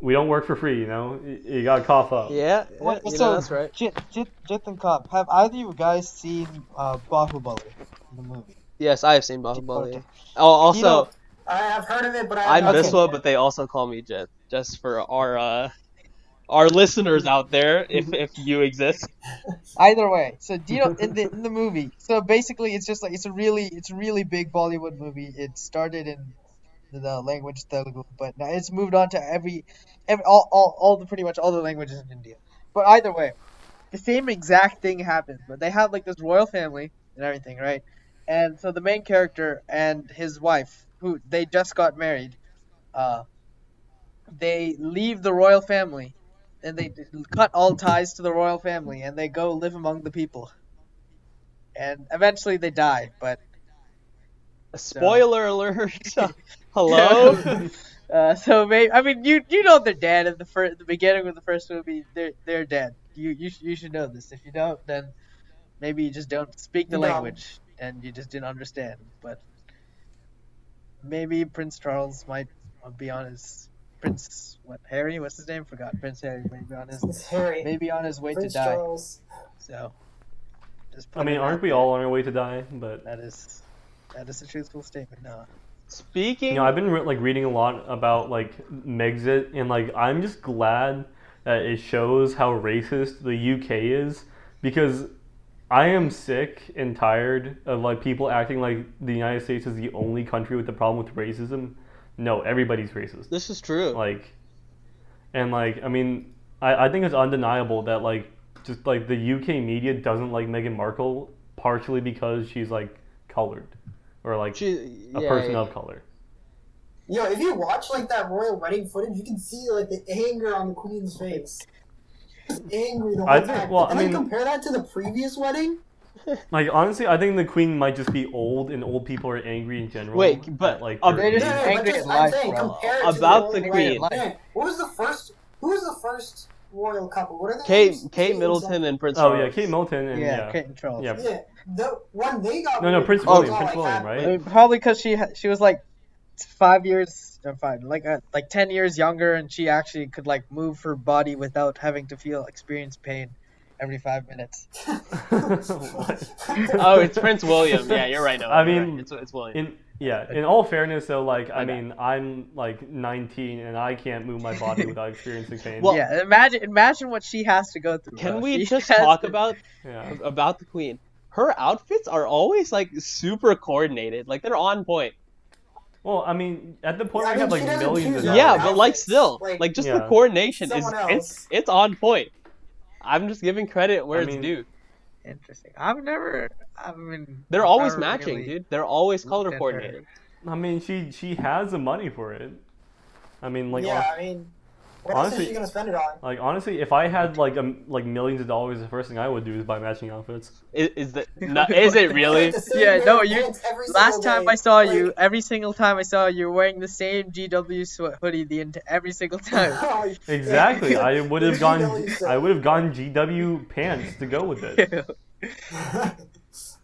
Speaker 2: we don't work for free, you know? Y- You, got to cough up.
Speaker 1: Yeah,
Speaker 4: What-
Speaker 1: you
Speaker 4: so,
Speaker 1: know, that's right.
Speaker 4: Jit, Jit, Jit and Cop, have either of you guys seen uh, Bahubali, the movie?
Speaker 1: Yes, I have seen Bob
Speaker 4: Okay.
Speaker 1: Marley. Oh, also,
Speaker 4: Tito,
Speaker 3: I have heard of it, but I
Speaker 1: I'm
Speaker 3: have not seen [laughs]
Speaker 1: Biswa,
Speaker 3: it.
Speaker 1: but they also call me Jet. Just for our uh, our listeners out there, if if you exist.
Speaker 4: Either way, so Dino in the in the movie. So basically, it's just like it's a really it's a really big Bollywood movie. It started in the language Telugu, but now it's moved on to every every all all, all the pretty much all the languages in India. But either way, the same exact thing happens. But they have like this royal family and everything, right? And so the main character and his wife, who they just got married, uh, they leave the royal family and they d- cut all ties to the royal family and they go live among the people. And eventually they die, but
Speaker 1: Spoiler alert! [laughs] Hello.
Speaker 4: uh, [laughs] so maybe I mean you you know they're dead at the fir- the beginning of the first movie they're they're dead. You you sh- you should know this. If you don't, then maybe you just don't speak the
Speaker 3: No.
Speaker 4: language and you just didn't understand. But maybe Prince Charles might be on his Prince what Harry what's his name forgot Prince Harry maybe on his
Speaker 3: It's Harry.
Speaker 4: maybe on his way
Speaker 3: Prince
Speaker 4: to die.
Speaker 3: Charles.
Speaker 4: So, just
Speaker 2: I mean,
Speaker 4: it
Speaker 2: aren't
Speaker 4: out
Speaker 2: we
Speaker 4: there.
Speaker 2: all on our way to die? But,
Speaker 4: That is, that is a truthful statement. No.
Speaker 1: Speaking.
Speaker 2: you know, I've been re- like reading a lot about like Megxit and like I'm just glad that it shows how racist the UK is because I am sick and tired of like people acting like the United States is the only country with a problem with racism. No, everybody's racist.
Speaker 1: This is true.
Speaker 2: Like, and like I mean, I, I think it's undeniable that like just like the UK media doesn't like Meghan Markle partially because she's like colored or like
Speaker 1: She-
Speaker 2: a
Speaker 1: yeah,
Speaker 2: person
Speaker 1: yeah.
Speaker 2: of color.
Speaker 3: Yo, if you watch like that royal wedding footage, you can see like the anger on the queen's face. She's Angry the whole
Speaker 2: I think-
Speaker 3: time.
Speaker 2: well, I
Speaker 3: and then
Speaker 2: mean-
Speaker 3: compare that to the previous wedding.
Speaker 2: Like honestly, I think the queen might just be old, and old people are angry in general.
Speaker 1: Wait, but
Speaker 2: at, like
Speaker 1: a
Speaker 2: their
Speaker 4: British-
Speaker 2: age.
Speaker 3: No, no, no,
Speaker 4: angry
Speaker 3: but just,
Speaker 4: at
Speaker 3: I'm
Speaker 4: life,
Speaker 3: saying,
Speaker 4: bro.
Speaker 3: compare it to
Speaker 1: About the
Speaker 3: the, royal
Speaker 1: queen.
Speaker 3: wedding. Yeah. What was the first? Who was the first royal couple? What are they?
Speaker 1: Kate, Kate Middleton and Prince.
Speaker 2: Oh yeah,
Speaker 1: Charles.
Speaker 2: Kate Middleton and
Speaker 4: yeah,
Speaker 2: yeah,
Speaker 4: Kate and Charles.
Speaker 2: Yeah.
Speaker 3: Yeah, the one they got.
Speaker 2: No, no,
Speaker 3: was-
Speaker 2: Prince
Speaker 1: Oh,
Speaker 3: was
Speaker 2: William,
Speaker 3: all
Speaker 2: Prince
Speaker 3: I
Speaker 2: William,
Speaker 3: had. [laughs]
Speaker 2: right? [laughs]
Speaker 4: I mean, Uh, probably because she ha- she was like five years, or five, like uh, like ten years younger, and she actually could like move her body without having to feel experience pain every five minutes.
Speaker 2: What?
Speaker 1: [laughs] Oh, it's Prince William. Yeah, you're right. No,
Speaker 2: I
Speaker 1: you're
Speaker 2: mean,
Speaker 1: right. it's, it's William.
Speaker 2: [laughs] in Yeah, in all fairness, though, like I
Speaker 1: Like that.
Speaker 2: mean, I'm like 19 and I can't move
Speaker 1: [laughs]
Speaker 2: my body without experiencing pain.
Speaker 1: Well-
Speaker 4: yeah, imagine imagine what she has to go through.
Speaker 1: Can
Speaker 4: bro.
Speaker 1: we
Speaker 4: She
Speaker 1: just
Speaker 4: has
Speaker 1: talk
Speaker 4: to-
Speaker 1: about
Speaker 2: yeah,
Speaker 1: about the queen? Her outfits are always like super coordinated. Like they're on point.
Speaker 2: well, I mean, at the point
Speaker 3: I
Speaker 2: we had
Speaker 3: mean,
Speaker 2: like
Speaker 3: she doesn't
Speaker 2: millions.
Speaker 3: choose
Speaker 2: Of
Speaker 3: Yeah,
Speaker 1: Yeah,
Speaker 2: dollars.
Speaker 1: but like
Speaker 3: outfits,
Speaker 1: still,
Speaker 3: like,
Speaker 1: like just the
Speaker 2: Yeah.
Speaker 1: coordination is
Speaker 3: Someone
Speaker 1: it's
Speaker 3: else.
Speaker 1: it's on point. I'm just giving credit where
Speaker 2: I
Speaker 1: it's
Speaker 2: mean-
Speaker 1: due.
Speaker 4: Interesting. I've never. I mean,
Speaker 1: They're
Speaker 4: I've
Speaker 1: always
Speaker 4: never
Speaker 1: matching,
Speaker 4: really
Speaker 1: dude. They're always color
Speaker 4: looked at
Speaker 1: coordinated.
Speaker 4: her.
Speaker 2: I mean, she she has the money for it. I mean,
Speaker 3: [laughs]
Speaker 2: like
Speaker 3: yeah,
Speaker 2: hon-
Speaker 3: I mean, what else
Speaker 2: honestly-
Speaker 3: is she gonna spend it on?
Speaker 2: like honestly, if I had like um, like millions of dollars, the first thing I would do is buy matching outfits.
Speaker 1: Is, is that no, is it
Speaker 3: [laughs]
Speaker 1: really?
Speaker 3: The same
Speaker 4: Yeah,
Speaker 3: pair
Speaker 4: no,
Speaker 3: of
Speaker 4: you-
Speaker 3: pants every
Speaker 4: Last
Speaker 3: single
Speaker 4: time
Speaker 3: day.
Speaker 4: I saw
Speaker 3: Like, [laughs]
Speaker 4: you, [laughs] every single time I saw you, you're wearing the same GW sweat hoodie the ent- every [laughs] single time.
Speaker 3: oh, yeah. [laughs]
Speaker 2: Exactly. I would have gone.
Speaker 3: GW
Speaker 2: I would have gone GW pants to go with
Speaker 1: [laughs]
Speaker 4: [laughs]
Speaker 2: it.
Speaker 4: Did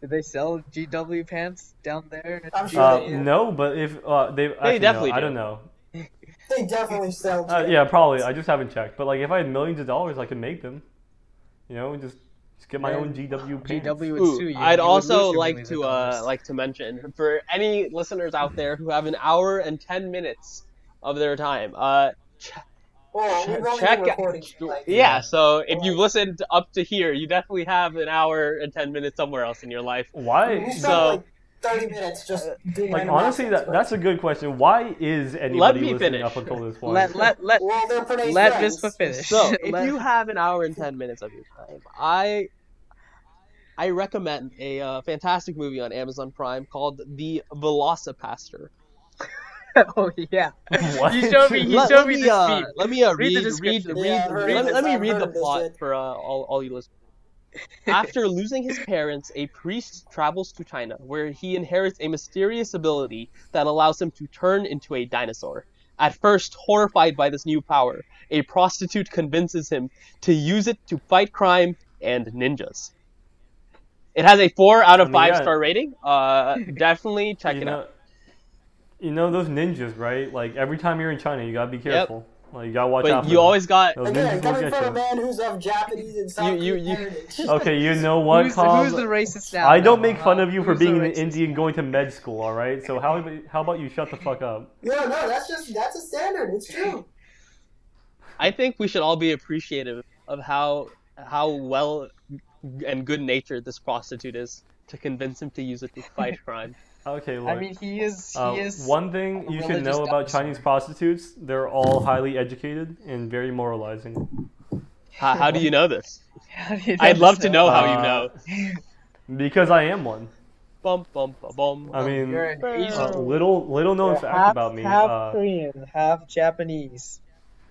Speaker 4: they sell GW pants down there?
Speaker 3: I'm sure
Speaker 2: Uh,
Speaker 3: they do.
Speaker 2: no, but if uh, they, actually, no,
Speaker 1: definitely
Speaker 2: I
Speaker 1: do.
Speaker 2: don't know.
Speaker 3: They definitely sell.
Speaker 2: Uh, yeah, probably. I just haven't checked. But like, if I had millions of dollars, I could make them. You know, just just get my
Speaker 4: Yeah.
Speaker 2: own GW pants.
Speaker 4: GW would sue
Speaker 1: Ooh,
Speaker 4: you.
Speaker 1: I'd
Speaker 4: You would
Speaker 1: also
Speaker 4: lose your
Speaker 1: like
Speaker 4: millions of
Speaker 1: to uh,
Speaker 4: dollars.
Speaker 1: like to mention for any listeners out there who have an hour and ten minutes of their time. Uh,
Speaker 3: Well, we've only
Speaker 1: check-
Speaker 3: been recording. Like,
Speaker 1: yeah, so if you've listened up to here, you definitely have an hour and ten minutes somewhere else in your life.
Speaker 2: Why?
Speaker 3: We spent
Speaker 1: So-
Speaker 3: like 30 minutes just
Speaker 1: Uh,
Speaker 3: doing
Speaker 2: Like
Speaker 3: random
Speaker 2: honestly,
Speaker 3: accents,
Speaker 2: that, that's a good question. Why is anybody
Speaker 1: me
Speaker 2: listening
Speaker 1: finish.
Speaker 2: up until this point? [laughs]
Speaker 4: let let let
Speaker 3: but- Well, they're pretty
Speaker 4: let
Speaker 3: friends.
Speaker 4: Vispa
Speaker 3: [laughs]
Speaker 4: finish.
Speaker 1: So if
Speaker 4: [laughs] Let-
Speaker 1: you have an hour and ten minutes of your time, I I recommend a uh, fantastic movie on Amazon Prime called The Velocipaster.
Speaker 4: oh yeah,
Speaker 2: What?
Speaker 4: you showed me. You
Speaker 1: Let,
Speaker 4: showed
Speaker 1: let
Speaker 4: me
Speaker 1: me
Speaker 4: this
Speaker 1: uh,
Speaker 4: feed.
Speaker 1: let me uh, read read
Speaker 4: Read the
Speaker 1: read,
Speaker 4: description.
Speaker 3: Yeah, I've heard
Speaker 1: let, me-
Speaker 3: this,
Speaker 1: let me
Speaker 3: I've
Speaker 1: read
Speaker 3: heard
Speaker 1: the
Speaker 3: this
Speaker 1: plot
Speaker 3: shit.
Speaker 1: for uh, all all you listeners. After losing his parents, a priest travels to China, where he inherits a mysterious ability that allows him to turn into a dinosaur. At first horrified by this new power, a prostitute convinces him to use it to fight crime and ninjas. It has a four out
Speaker 2: I
Speaker 1: of
Speaker 2: mean,
Speaker 1: five
Speaker 2: yeah.
Speaker 1: star rating. Uh, definitely check
Speaker 2: you
Speaker 1: it
Speaker 2: know,
Speaker 1: out.
Speaker 2: you know those ninjas, right? Like every time you're in China, you gotta be careful. Like you gotta watch
Speaker 1: But
Speaker 2: out. for
Speaker 1: you
Speaker 2: them.
Speaker 1: always got
Speaker 2: those
Speaker 3: Again,
Speaker 2: ninjas will
Speaker 3: coming
Speaker 2: get
Speaker 3: from a
Speaker 2: you.
Speaker 3: man who's of Japanese and South
Speaker 1: You- you-
Speaker 3: Korean
Speaker 1: you-
Speaker 3: heritage.
Speaker 2: Okay, you
Speaker 4: [laughs]
Speaker 2: know what,
Speaker 4: who's,
Speaker 2: Cobb?
Speaker 4: who's the racist now?
Speaker 2: I don't
Speaker 4: Noah,
Speaker 2: make
Speaker 4: huh?
Speaker 2: fun of you for
Speaker 4: Who's the
Speaker 2: being an
Speaker 4: racist? [laughs]
Speaker 2: Indian going to med school, all right? So how about, how about you shut the fuck up?
Speaker 3: No, no, that's just that's a standard. It's true.
Speaker 1: I think we should all be appreciative of how how well and good natured this prostitute is to convince him to use it to
Speaker 2: [laughs]
Speaker 1: fight crime.
Speaker 2: Okay, look.
Speaker 4: I mean, he is. He
Speaker 2: uh,
Speaker 4: is. [laughs]
Speaker 2: one thing
Speaker 4: a
Speaker 2: you should
Speaker 4: religious
Speaker 2: know about
Speaker 4: dinosaur.
Speaker 2: Chinese prostitutes, they're all highly educated and very moralizing.
Speaker 1: How, how do you know this?
Speaker 4: How do you
Speaker 1: I'd love to
Speaker 4: so?
Speaker 1: know how you
Speaker 2: Uh,
Speaker 1: know.
Speaker 2: Because I am one.
Speaker 1: Bum bum ba, bum.
Speaker 2: I mean,
Speaker 4: You're an
Speaker 1: uh,
Speaker 4: Asian.
Speaker 2: uh, little little known
Speaker 4: You're
Speaker 2: fact
Speaker 4: half,
Speaker 2: about me,
Speaker 4: half
Speaker 2: uh,
Speaker 4: Korean, half Japanese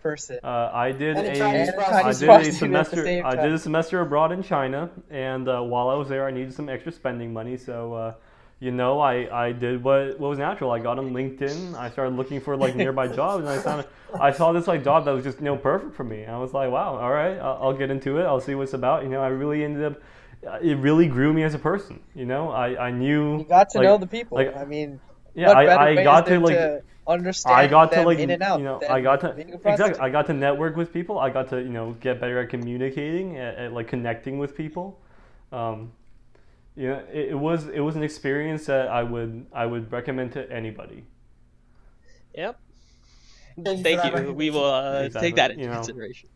Speaker 4: person.
Speaker 2: uh, I did
Speaker 3: And a
Speaker 2: a
Speaker 3: Chinese
Speaker 4: And
Speaker 3: prostitute.
Speaker 2: I
Speaker 4: Chinese
Speaker 2: did a
Speaker 4: prostitute at the
Speaker 2: semester.
Speaker 4: same
Speaker 2: I
Speaker 4: time.
Speaker 2: did a semester abroad in China, and uh, while I was there, I needed some extra spending money. So, uh, you know, I, I did what what was natural. I got on LinkedIn. I started looking for like
Speaker 4: [laughs]
Speaker 2: nearby jobs, and I found I saw this like job that was just you know perfect for me. And I was like, wow, all right, I'll, I'll get into it. I'll see what's about. You know, I really ended up. It really grew me as a person. You know, I I knew
Speaker 4: You got to
Speaker 2: like-
Speaker 4: know the people.
Speaker 2: like-
Speaker 4: I mean,
Speaker 2: yeah.
Speaker 4: what better
Speaker 2: I,
Speaker 4: way
Speaker 2: I
Speaker 4: is
Speaker 2: got to
Speaker 4: there
Speaker 2: like
Speaker 4: understand
Speaker 2: I got to
Speaker 4: them
Speaker 2: like
Speaker 4: in and out.
Speaker 2: you know
Speaker 4: than
Speaker 2: I got to
Speaker 4: being a
Speaker 2: exactly
Speaker 4: prostitute?
Speaker 2: I got to network with people. I got to you know get better at communicating at, at like connecting with people. Um, you know it, it was it was an experience that I would I would recommend to anybody.
Speaker 1: Yep.
Speaker 3: Thank you.
Speaker 1: Thank
Speaker 3: for that
Speaker 1: you. We will uh,
Speaker 2: Exactly,
Speaker 1: take that into
Speaker 2: you know.
Speaker 1: consideration.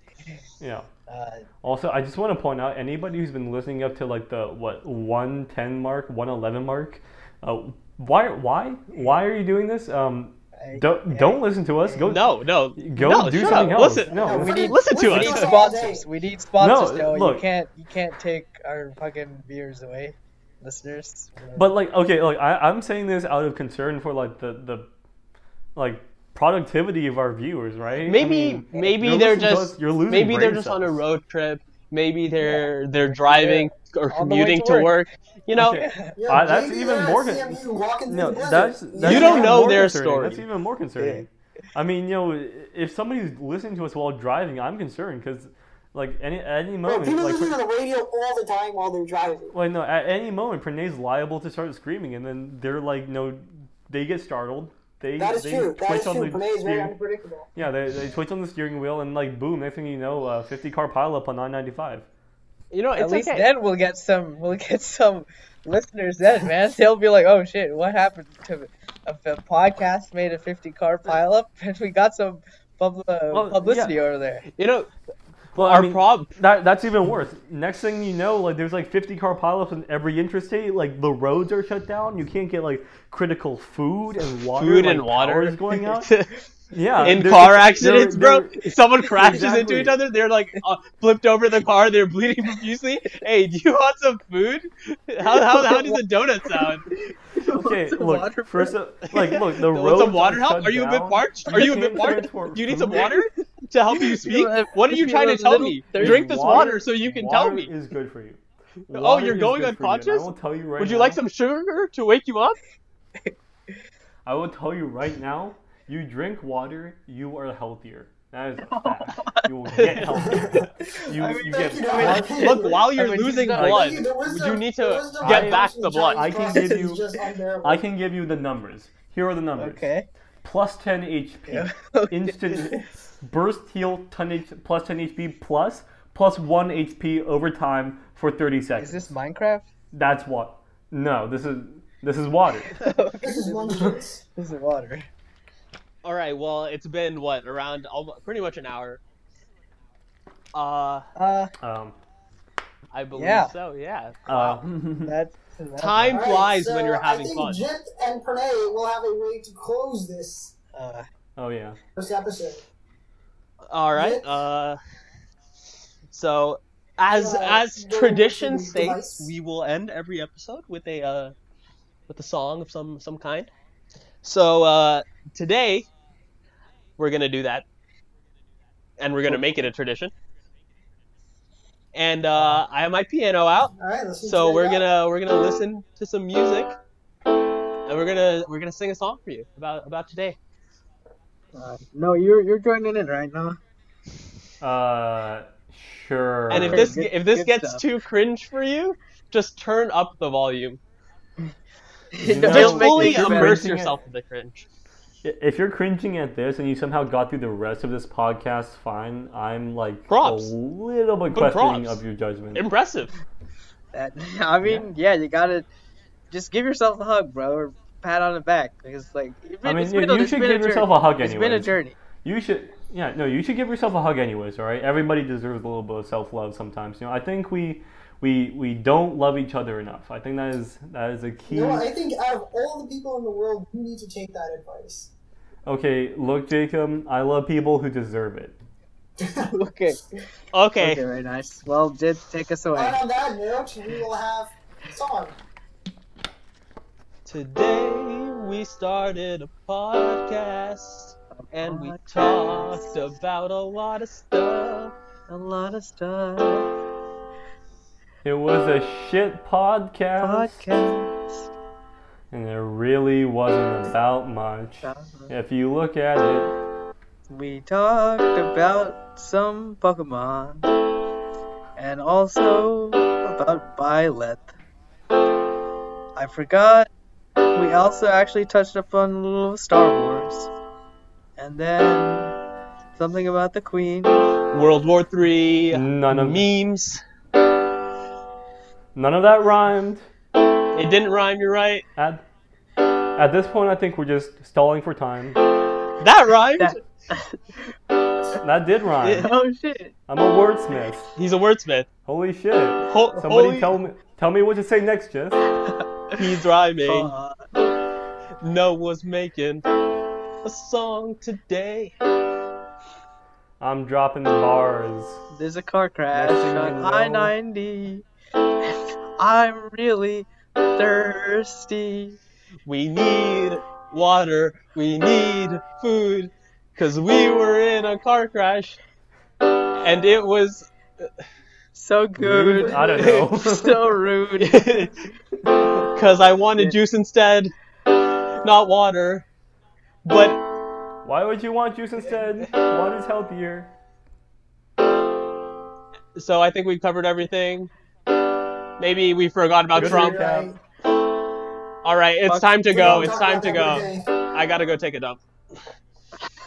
Speaker 2: Yeah.
Speaker 4: Uh,
Speaker 2: Also, I just want to point out anybody who's been listening up to like the what 110 mark, 111 mark. Uh, why why why are you doing this? Um,
Speaker 4: I-
Speaker 2: don't don't listen to us. Go
Speaker 1: No, no,
Speaker 2: Go
Speaker 1: no,
Speaker 2: do
Speaker 1: shut
Speaker 2: something
Speaker 1: up.
Speaker 2: else.
Speaker 1: Listen,
Speaker 2: No,
Speaker 3: No,
Speaker 1: we
Speaker 3: we
Speaker 1: need,
Speaker 3: need-
Speaker 1: listen to
Speaker 4: we
Speaker 3: we
Speaker 1: us.
Speaker 4: need
Speaker 3: us.
Speaker 4: sponsors. We need sponsors.
Speaker 2: No,
Speaker 4: No,
Speaker 2: look.
Speaker 4: you can't. You can't take our fucking beers away, listeners.
Speaker 2: But like, okay, like I, I'm saying this out of concern for like the the like productivity of our viewers, right? I
Speaker 1: Maybe
Speaker 2: mean,
Speaker 1: maybe
Speaker 2: you're
Speaker 1: they're
Speaker 2: listening to
Speaker 1: just
Speaker 2: us, you're losing
Speaker 1: maybe they're
Speaker 2: brain
Speaker 1: just on a
Speaker 3: [laughs]
Speaker 2: cells.
Speaker 1: road trip. Maybe they're they're driving or
Speaker 4: On the way
Speaker 1: commuting
Speaker 4: to
Speaker 1: to work.
Speaker 4: work.
Speaker 1: You know,
Speaker 2: Okay.
Speaker 3: Yeah,
Speaker 2: I- that's
Speaker 3: maybe
Speaker 2: even
Speaker 3: they're at
Speaker 2: more con-
Speaker 3: CMU walking through
Speaker 2: No,
Speaker 3: [laughs] the desert.
Speaker 2: that's, that's
Speaker 1: You don't
Speaker 2: even
Speaker 1: know
Speaker 2: more
Speaker 1: their
Speaker 2: concerning.
Speaker 1: story.
Speaker 2: That's even more concerning. I mean, you know, if somebody's listening to us while driving, I'm concerned because, like, any at any
Speaker 3: Bro,
Speaker 2: moment,
Speaker 3: people
Speaker 2: like,
Speaker 3: [laughs] listen to the radio all the time while they're driving.
Speaker 2: Well, no, at any moment, Pranay's liable to start screaming, and then they're like, no, they get startled. They
Speaker 3: That is
Speaker 2: they
Speaker 3: true. That
Speaker 2: twitch
Speaker 3: is
Speaker 2: on
Speaker 3: true.
Speaker 2: the
Speaker 3: Panay is very
Speaker 2: steering-
Speaker 3: unpredictable.
Speaker 2: Yeah, they, they twitch on the steering wheel, and like, boom, next thing you know, uh, 50 car pileup on 995.
Speaker 1: you know,
Speaker 4: At
Speaker 1: it's
Speaker 4: least
Speaker 1: okay.
Speaker 4: then we'll [laughs] get some. We'll get some listeners. Then, man, they'll be like, "Oh shit, what happened to a, a podcast made a 50 car pileup, and we got some pub- uh,
Speaker 2: Well,
Speaker 4: publicity
Speaker 2: yeah.
Speaker 4: over there.
Speaker 1: You know,
Speaker 2: Well,
Speaker 1: our
Speaker 2: I mean,
Speaker 1: prob
Speaker 2: that, that's even worse. Next thing you know, like there's like 50 car pileups in every interstate. Like the roads are shut down. You can't get like critical food and water.
Speaker 1: food
Speaker 2: like,
Speaker 1: and water
Speaker 2: Power is going
Speaker 1: [laughs]
Speaker 2: out. Yeah.
Speaker 1: in
Speaker 2: there's-
Speaker 1: car
Speaker 2: there-
Speaker 1: accidents,
Speaker 2: there-
Speaker 1: bro.
Speaker 2: [laughs]
Speaker 1: Someone crashes into
Speaker 2: Exactly.
Speaker 1: each other. They're like uh, flipped over the car. They're bleeding profusely. Hey, do you want some food? How how, how does a donut sound? [laughs]
Speaker 2: Okay,
Speaker 4: Some
Speaker 2: look.
Speaker 4: water
Speaker 2: First, of, like, look, the
Speaker 1: Want
Speaker 2: roads.
Speaker 1: some water
Speaker 2: are
Speaker 1: help?
Speaker 2: shut
Speaker 1: Are you a bit
Speaker 2: down.
Speaker 1: parched? Are you a
Speaker 2: can't
Speaker 1: bit parched?
Speaker 2: transport
Speaker 1: Do you need some
Speaker 2: food.
Speaker 1: water to help
Speaker 2: [laughs]
Speaker 1: you speak?
Speaker 4: have-
Speaker 1: What are you
Speaker 4: you
Speaker 1: trying to
Speaker 4: have
Speaker 1: tell
Speaker 4: little
Speaker 1: me?
Speaker 4: thirsty-
Speaker 1: Drink this water so you can tell
Speaker 2: water
Speaker 1: me.
Speaker 2: is good for you.
Speaker 1: Oh,
Speaker 2: Water
Speaker 1: you're
Speaker 2: is
Speaker 1: going
Speaker 2: good for you, and
Speaker 1: unconscious?
Speaker 2: I will tell you right
Speaker 1: Would you
Speaker 2: now-
Speaker 1: like some sugar to wake
Speaker 2: [laughs]
Speaker 1: you up?
Speaker 2: I will tell you right now. You drink water, you are healthier. That is
Speaker 4: [laughs]
Speaker 2: a fact. You will get healthier. You,
Speaker 4: I mean,
Speaker 2: you
Speaker 3: thank
Speaker 2: get
Speaker 3: you, David.
Speaker 2: plus
Speaker 1: Look, while you're
Speaker 4: I mean,
Speaker 1: losing
Speaker 4: like-
Speaker 1: blood,
Speaker 2: [laughs]
Speaker 3: The wisdom-
Speaker 1: you need
Speaker 3: the
Speaker 1: to
Speaker 3: wisdom
Speaker 1: get
Speaker 3: of
Speaker 1: back
Speaker 3: John's
Speaker 1: the blood.
Speaker 3: John's
Speaker 2: I can
Speaker 3: process
Speaker 2: give
Speaker 3: is
Speaker 2: you-
Speaker 3: just unbearable.
Speaker 2: I can give you the numbers. Here are the numbers.
Speaker 4: Okay.
Speaker 2: Plus 10 HP.
Speaker 4: [laughs] Yeah. [laughs]
Speaker 2: Instant burst heal 10 H, plus 10 HP plus plus 1 HP over time for 30 seconds.
Speaker 4: Is this Minecraft? [laughs]
Speaker 2: That's what. No, this is this is water.
Speaker 3: This is one case.
Speaker 4: This is water.
Speaker 1: All right. Well, it's been what around almost, pretty much an hour. Uh,
Speaker 4: Uh,
Speaker 2: Um,
Speaker 1: I believe
Speaker 4: Yeah.
Speaker 1: so. Yeah.
Speaker 2: uh,
Speaker 4: that's, that's
Speaker 1: Time
Speaker 3: All right,
Speaker 1: flies
Speaker 3: so
Speaker 1: when you're having
Speaker 3: I think
Speaker 1: fun.
Speaker 3: Jit and Pranay will have a way to close this
Speaker 4: Uh,
Speaker 2: [laughs] oh yeah.
Speaker 3: first episode.
Speaker 1: All right.
Speaker 3: Yeah.
Speaker 1: Uh, so, as
Speaker 3: Uh,
Speaker 1: as
Speaker 3: the-
Speaker 1: tradition
Speaker 3: the
Speaker 1: states,
Speaker 3: device.
Speaker 1: we will end every episode with a uh, with a song of some some kind. So uh, today, we're gonna do that, and we're
Speaker 3: Oh.
Speaker 1: gonna make it a tradition. And uh, I have my piano out.
Speaker 3: All right, let's see
Speaker 1: So
Speaker 3: what
Speaker 1: we're
Speaker 3: we got.
Speaker 1: gonna we're gonna listen to some music, and we're gonna we're gonna sing a song for you about about today.
Speaker 4: uh, no, you're you're joining in right now.
Speaker 2: Uh, sure.
Speaker 1: And if this
Speaker 4: Good-
Speaker 1: if this
Speaker 4: good
Speaker 1: gets
Speaker 4: stuff.
Speaker 1: too cringe for you, just turn up the
Speaker 4: [laughs]
Speaker 1: volume.
Speaker 2: You
Speaker 4: Don't
Speaker 2: know,
Speaker 1: Just
Speaker 4: make it
Speaker 1: fully
Speaker 4: too bad.
Speaker 1: immerse
Speaker 2: Cringing
Speaker 1: yourself in the cringe.
Speaker 2: if you're cringing at this and you somehow got through the rest of this podcast, fine. I'm like
Speaker 1: Props.
Speaker 2: a little bit
Speaker 1: But
Speaker 2: questioning
Speaker 1: props.
Speaker 2: of your judgment.
Speaker 1: Impressive.
Speaker 4: That, [laughs] I mean, yeah. you gotta just give yourself a hug, bro, or pat on the back. Because like, it's
Speaker 2: I
Speaker 4: been-
Speaker 2: mean,
Speaker 4: it's
Speaker 2: you,
Speaker 4: been a-
Speaker 2: you
Speaker 4: it's
Speaker 2: should
Speaker 4: been a
Speaker 2: give yourself
Speaker 4: journey.
Speaker 2: a hug
Speaker 4: It's
Speaker 2: anyways.
Speaker 4: been a journey.
Speaker 2: You should, yeah, no, you should give yourself a hug anyways. All right, everybody deserves a little bit of self love sometimes. You know, I think we, we, we don't love each other enough. I think that is that is a key.
Speaker 3: You know what? I think out of all the people in the world, you need to take that advice. [laughs]
Speaker 2: Okay, look, Jacob, I love people who deserve it.
Speaker 4: [laughs] okay.
Speaker 1: Okay.
Speaker 4: Okay, very nice. Well, did take us away.
Speaker 3: And on that note, we will have song.
Speaker 1: Today we started a podcast and we talked about a lot of stuff.
Speaker 4: a lot of stuff.
Speaker 2: It was a shit podcast,
Speaker 4: Podcast.
Speaker 2: and it really wasn't about much. If you look at it,
Speaker 4: We talked about some Pokemon and also about Byleth. I forgot. We also actually touched upon a little Star Wars, and then something about the Queen.
Speaker 2: [laughs] Oh,
Speaker 1: World War Three
Speaker 2: none of
Speaker 1: memes.
Speaker 2: none of that rhymed.
Speaker 1: It didn't rhyme. You're right.
Speaker 2: At at this point, I think we're just stalling for time.
Speaker 1: That rhymed.
Speaker 4: That-
Speaker 2: That did rhyme.
Speaker 4: Oh shit!
Speaker 2: I'm a wordsmith.
Speaker 1: He's a wordsmith.
Speaker 2: Holy shit.
Speaker 1: Ho-
Speaker 2: Somebody
Speaker 1: holy-
Speaker 2: tell me tell me what to say next, Jess.
Speaker 1: [laughs] He's rhyming.
Speaker 4: Uh,
Speaker 1: No was making a song today.
Speaker 2: I'm dropping bars.
Speaker 4: There's a car crash
Speaker 2: Next thing you
Speaker 4: on
Speaker 2: know-
Speaker 4: I 90. [laughs] I'm really thirsty.
Speaker 1: We need water. We need food. Cause we were in a car crash. And it was. [laughs]
Speaker 4: So
Speaker 2: Rude?
Speaker 4: good.
Speaker 2: I
Speaker 4: [laughs]
Speaker 2: don't know. [laughs]
Speaker 4: so rude.
Speaker 1: Cause I wanted juice instead. Not water. But
Speaker 2: Why would you want juice instead? Water's healthier.
Speaker 1: so I think we covered everything. Maybe we forgot about
Speaker 2: Good
Speaker 1: Trump.
Speaker 2: recap.
Speaker 3: Right.
Speaker 1: All right, it's
Speaker 4: Fuck.
Speaker 1: time to
Speaker 3: We
Speaker 1: go.
Speaker 3: will
Speaker 1: It's
Speaker 3: talk
Speaker 1: time to
Speaker 3: about that
Speaker 1: go.
Speaker 3: one day.
Speaker 1: I gotta go take a dump.